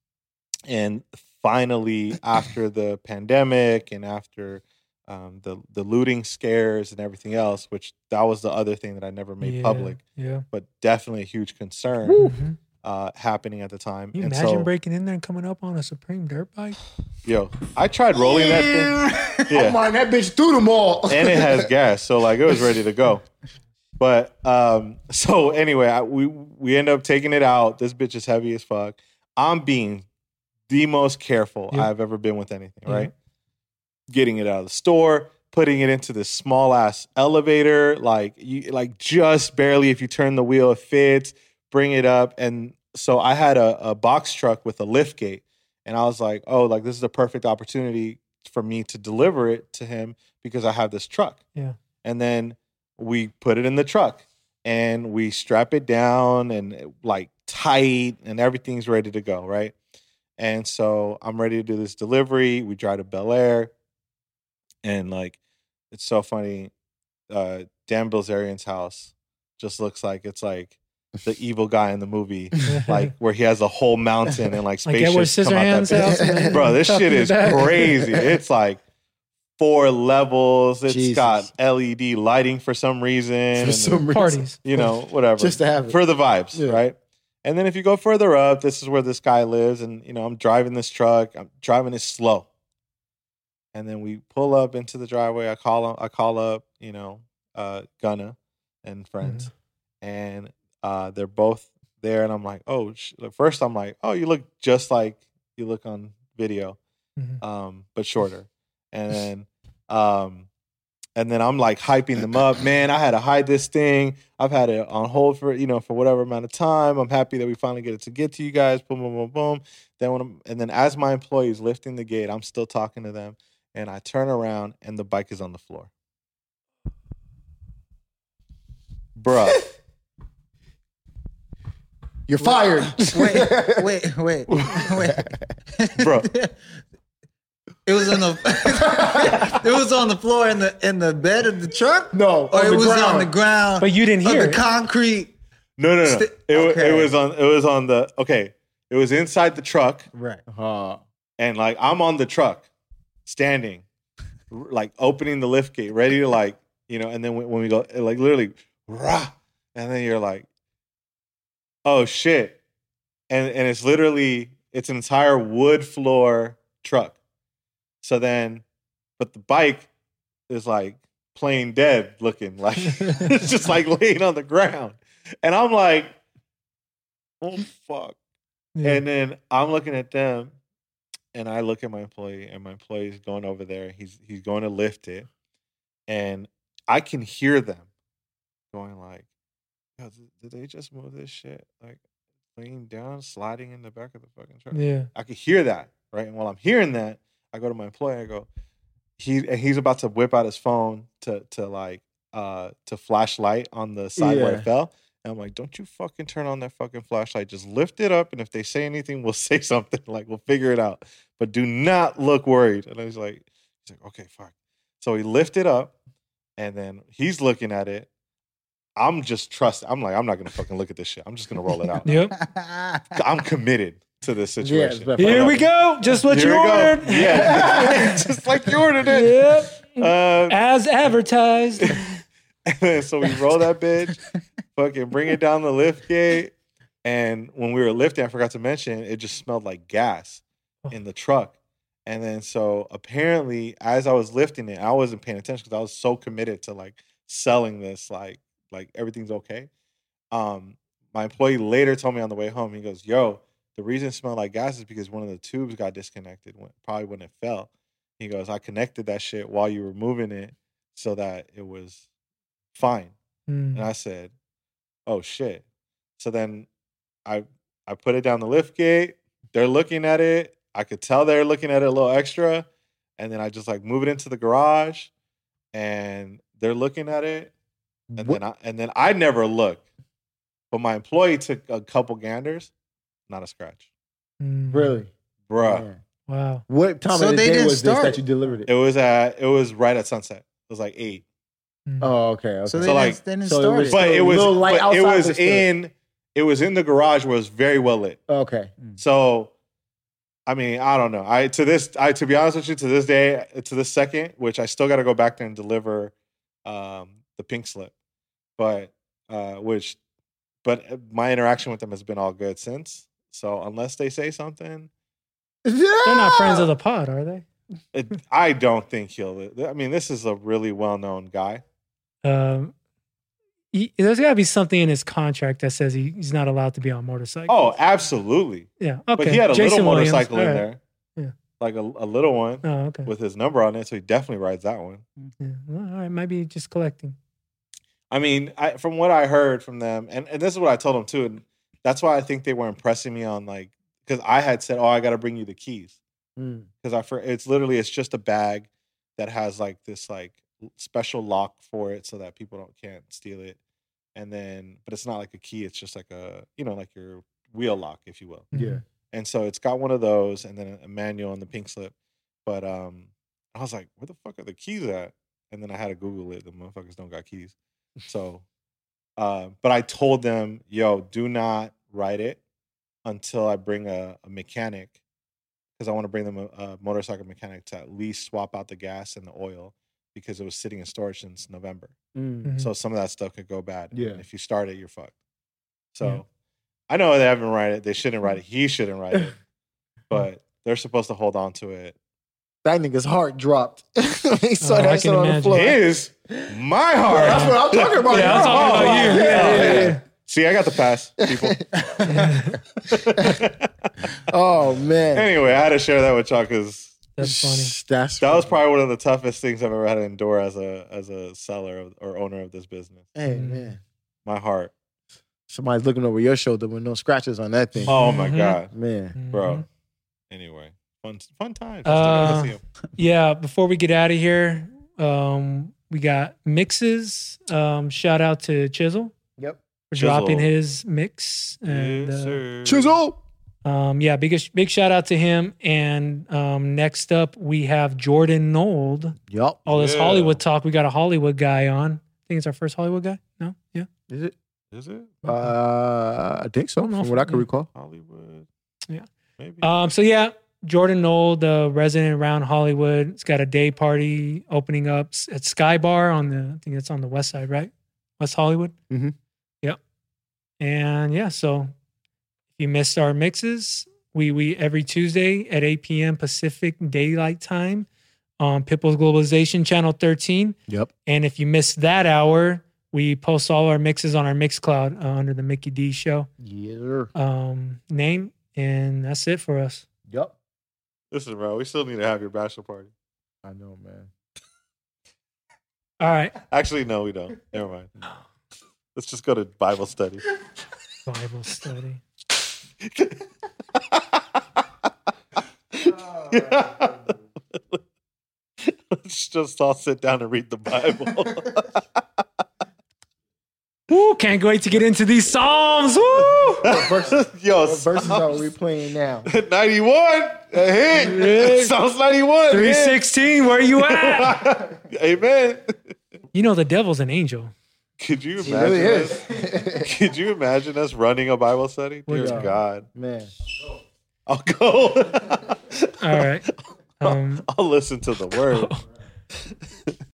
D: and finally after the pandemic and after um, the the looting scares and everything else, which that was the other thing that I never made
B: Yeah,
D: public,
B: Yeah.
D: but definitely a huge concern
B: Mhm.
D: uh, happening at the time.
B: Can you
D: and
B: imagine
D: so,
B: breaking in there and coming up on a Supreme dirt bike?
D: yo, I tried rolling that thing. Yeah.
C: Come on, that bitch threw them all.
D: and it has gas, so like it was ready to go. But um, so anyway, I, we we end up taking it out. This bitch is heavy as fuck. I'm being the most careful
B: Yeah.
D: I've ever been with anything.
B: Yeah.
D: Right, getting it out of the store, putting it into this small ass elevator, like you like just barely if you turn the wheel it fits. Bring it up, and so I had a, a box truck with a lift gate, and I was like, oh, like this is the perfect opportunity for me to deliver it to him because I have this truck.
B: Yeah.
D: And then we put it in the truck and we strap it down and it, like tight and everything's ready to go, right? And so I'm ready to do this delivery. We drive to Bel Air and like it's so funny. Uh Dan Bilzerian's house just looks like it's like the evil guy in the movie, like where he has a whole mountain and like
B: like Edward
D: spaceships come out
B: Scissorhands
D: that
B: house, and then
D: bro this
B: tucked
D: shit
B: in the
D: is
B: back.
D: crazy it's like four levels It's
G: Jesus.
D: got led lighting for some reason
G: For some reason.
B: Parties.
D: you know whatever
G: Just to have it.
D: for the vibes
G: Yeah.
D: right and then if you go further up this is where this guy lives and you know i'm driving this truck i'm driving it slow and then we pull up into the driveway i call him i call up you know uh gunna and friends and uh they're both there and i'm like oh sh-. like, first i'm like oh you look just like you look on video
B: Mhm.
D: um but shorter and then um and then i'm like hyping them up man i had to hide this thing i've had it on hold for you know for whatever amount of time i'm happy that we finally get it to get to you guys boom boom boom boom then when I'm, and then as my employees lifting the gate i'm still talking to them and i turn around and the bike is on the floor bruh
G: You're fired.
F: wait, wait, wait, wait,
D: Bro.
F: It was on the it was on the floor in the in the bed of the truck.
C: No,
F: or
C: on
F: Oh, it
C: the
F: was on
C: ground.
F: the ground.
B: But you didn't
F: of
B: hear
F: the
B: it.
F: concrete.
D: no no no
F: Sti-
D: it, wa-
F: okay.
D: it was on it was on the okay it was inside the truck
F: Right.
G: Huh.
D: and like I'm on the truck, standing, r- like opening the lift gate, ready to like you know, and then when, when we go like literally, rah, and then you're like, oh shit, and and it's literally it's an entire wood floor truck. So then, but the bike is like plain dead looking, like it's just like laying on the ground, and I'm like, oh fuck.
B: Yeah.
D: And then I'm looking at them, and I look at my employee, and my employee's going over there. He's he's going to lift it, and I can hear them going like, "Yo, th- "Did they just move this shit like laying down, sliding in the back of the fucking truck?"
B: yeah.
D: I could hear that, right? And while I'm hearing that, I go to my employee. I go, he and he's about to whip out his phone to to like uh to flashlight on the side where
G: Yeah.
D: it fell. And I'm like, don't you fucking turn on that fucking flashlight. Just lift it up, and if they say anything, we'll say something. Like we'll figure it out. But do not look worried. And I was like, he's like, okay, fuck. So he lifted up, and then he's looking at it. I'm just trust. I'm like, I'm not gonna fucking look at this shit. I'm just gonna roll it out.
B: Yep.
D: I'm committed to this
G: Yeah,
D: situation.
G: it's about-
B: Here we go. Just what
D: Here
B: you
D: we go.
B: ordered.
D: Yeah, just like you ordered it.
B: yep.
D: Uh,
B: As advertised.
D: so we roll that bitch, fucking bring it down the lift gate. And when we were lifting, I forgot to mention, it just smelled like gas in the truck. And then so apparently, as I was lifting it, I wasn't paying attention because I was so committed to like selling this, like like everything's okay. Um, my employee later told me on the way home, he goes, "Yo, the reason it smelled like gas is because one of the tubes got disconnected, when, probably when it fell." He goes, "I connected that shit while you were moving it, so that it was fine."
B: Mm.
D: And I said, "Oh shit!" So then I I put it down the lift gate. They're looking at it. I could tell they're looking at it a little extra. And then I just like move it into the garage, and they're looking at it. And
G: What-
D: then I and then I never look, but my employee took a couple ganders, not a scratch,
B: Mm.
G: Really?
C: Uh,
D: bruh.
G: Man.
B: Wow.
G: What time
F: So
G: of the
F: they
G: day
F: didn't
G: was
F: start.
G: this that you delivered it?
D: It was at it was right at sunset. It was like eight,
B: Mm.
G: Oh, okay. okay.
F: So they
D: So, like-
F: didn't, they didn't
G: so it
F: start
G: was-
F: it.
D: but
G: still
D: it
G: a
D: was
G: little light
D: but it
G: outside,
D: was
G: but still-
D: in it was in the garage where it was very well lit.
G: okay.
D: So I mean, I don't know. I to this, I to be honest with you, to this day, to this second, which I still got to go back there and deliver um, the pink slip, but uh, which, but uh, my interaction with them has been all good since. So unless they say something,
B: They're not friends of the pod, are they?
D: it, I don't think he'll. I mean, this is a really well-known guy.
B: Um, he- there's got to be something in his contract that says he, he's not allowed to be on motorcycle.
D: Oh, absolutely.
B: yeah. Okay.
D: But he had a
B: Jason
D: little
B: Williams.
D: motorcycle
B: All
D: in
B: right.
D: there,
B: Yeah.
D: like a, a little one
B: Oh, okay.
D: with his number on it. So he definitely rides that one.
B: Yeah. All right. Maybe just collecting.
D: I mean, I, from what I heard from them, and, and this is what I told them too, and that's why I think they weren't pressing me on like because I had said, "Oh, I got to bring you the keys,"
G: Mm.
D: because I for it's literally it's just a bag that has like this like special lock for it so that people don't can't steal it, and then but it's not like a key, it's just like a you know like your wheel lock, if you will.
B: Mm-hmm.
G: Yeah.
D: And so it's got one of those and then a manual and the pink slip. But um I was like, where the fuck are the keys at? And then I had to Google it. The motherfuckers don't got keys. So uh, but I told them, yo, do not write it until I bring a, a mechanic because I want to bring them a, a motorcycle mechanic to at least swap out the gas and the oil because it was sitting in storage since November.
G: Mm.
B: Mhm.
D: So some of that stuff could go bad. and
G: Yeah.
D: if you start it, you're fucked. So
B: Yeah. Mm.
D: I know they haven't write it. They shouldn't write it. He shouldn't write it. But they're supposed to hold on to it.
C: That nigga's heart dropped. he saw
B: Oh, I
C: that
B: can
C: shit on the
B: imagine.
C: floor.
D: His, my
C: Oh,
D: heart.
C: that's what I'm talking about.
B: Yeah, I'm
C: You're
B: talking
C: all
B: about
C: wild.
B: you.
C: Yeah, yeah, yeah.
D: See, I got the pass, people.
C: Oh man,
D: anyway, I had to share that with y'all because
B: That's funny.
C: That's
D: that was
C: funny.
D: probably one of the toughest things I've ever had to endure as a as a seller of, or owner of this business.
C: Hey
B: Mm.
C: man,
D: My heart.
C: somebody's looking over your shoulder with no scratches on that thing.
D: Oh my
B: Mhm.
D: god,
C: Man,
D: bro. Anyway, fun fun times.
B: Mm-hmm. Uh,
D: I still gotta see 'em.
B: Yeah, before we get out of here, um, we got mixes. Um, shout out to Chisel.
C: Yep.
B: For
D: Chisel.
B: dropping his mix. And,
D: Yes,
B: uh,
D: sir.
C: chisel.
B: um, yeah, big, big shout out to him. And um, next up, we have Jordan Nold.
C: Yup.
B: All this
D: Yeah.
B: Hollywood talk. We got a Hollywood guy on. I think it's our first Hollywood guy. No? Yeah.
C: Is it?
D: Is it
C: Uh, I think so.
B: I don't know
C: From
B: if-
C: what I can
B: yeah.
C: recall.
D: Hollywood?
B: Yeah.
D: Maybe.
B: Um, so yeah, Jordan Knoll, the resident around Hollywood, it's got a day party opening up s- at Sky Bar on the, I think it's on the west side, right? West Hollywood.
C: Mhm.
B: Yep. And yeah, so if you missed our mixes, we we every Tuesday at 8 p.m. Pacific Daylight Time on Pitbull's Globalization Channel 13.
C: Yep.
B: And if you missed that hour, we post all our mixes on our Mixcloud uh, under the Mickey D Show
C: Yeah. sir.
B: um, name, and that's it for us.
C: Yup.
D: Listen, bro, we still need to have your bachelor party.
C: I know, man.
B: All right.
D: Actually, no, we don't. Never mind. Let's just go to Bible study.
B: Bible study.
D: Let's just all sit down and read the Bible.
B: Woo, can't wait to get into these Psalms. Woo!
D: Yo,
G: What verses are we
D: Psalms
G: playing now?
D: 91, a hit. Psalms 91. a hit.
B: 316, where you at?
D: Amen.
B: You know, the devil's an angel.
D: Could you
G: It really
D: imagine? us-
G: is.
D: Could you imagine us running a Bible study? Dear
G: Yeah.
D: God.
G: Man.
D: I'll go.
B: All right. Um,
D: I'll listen to the word.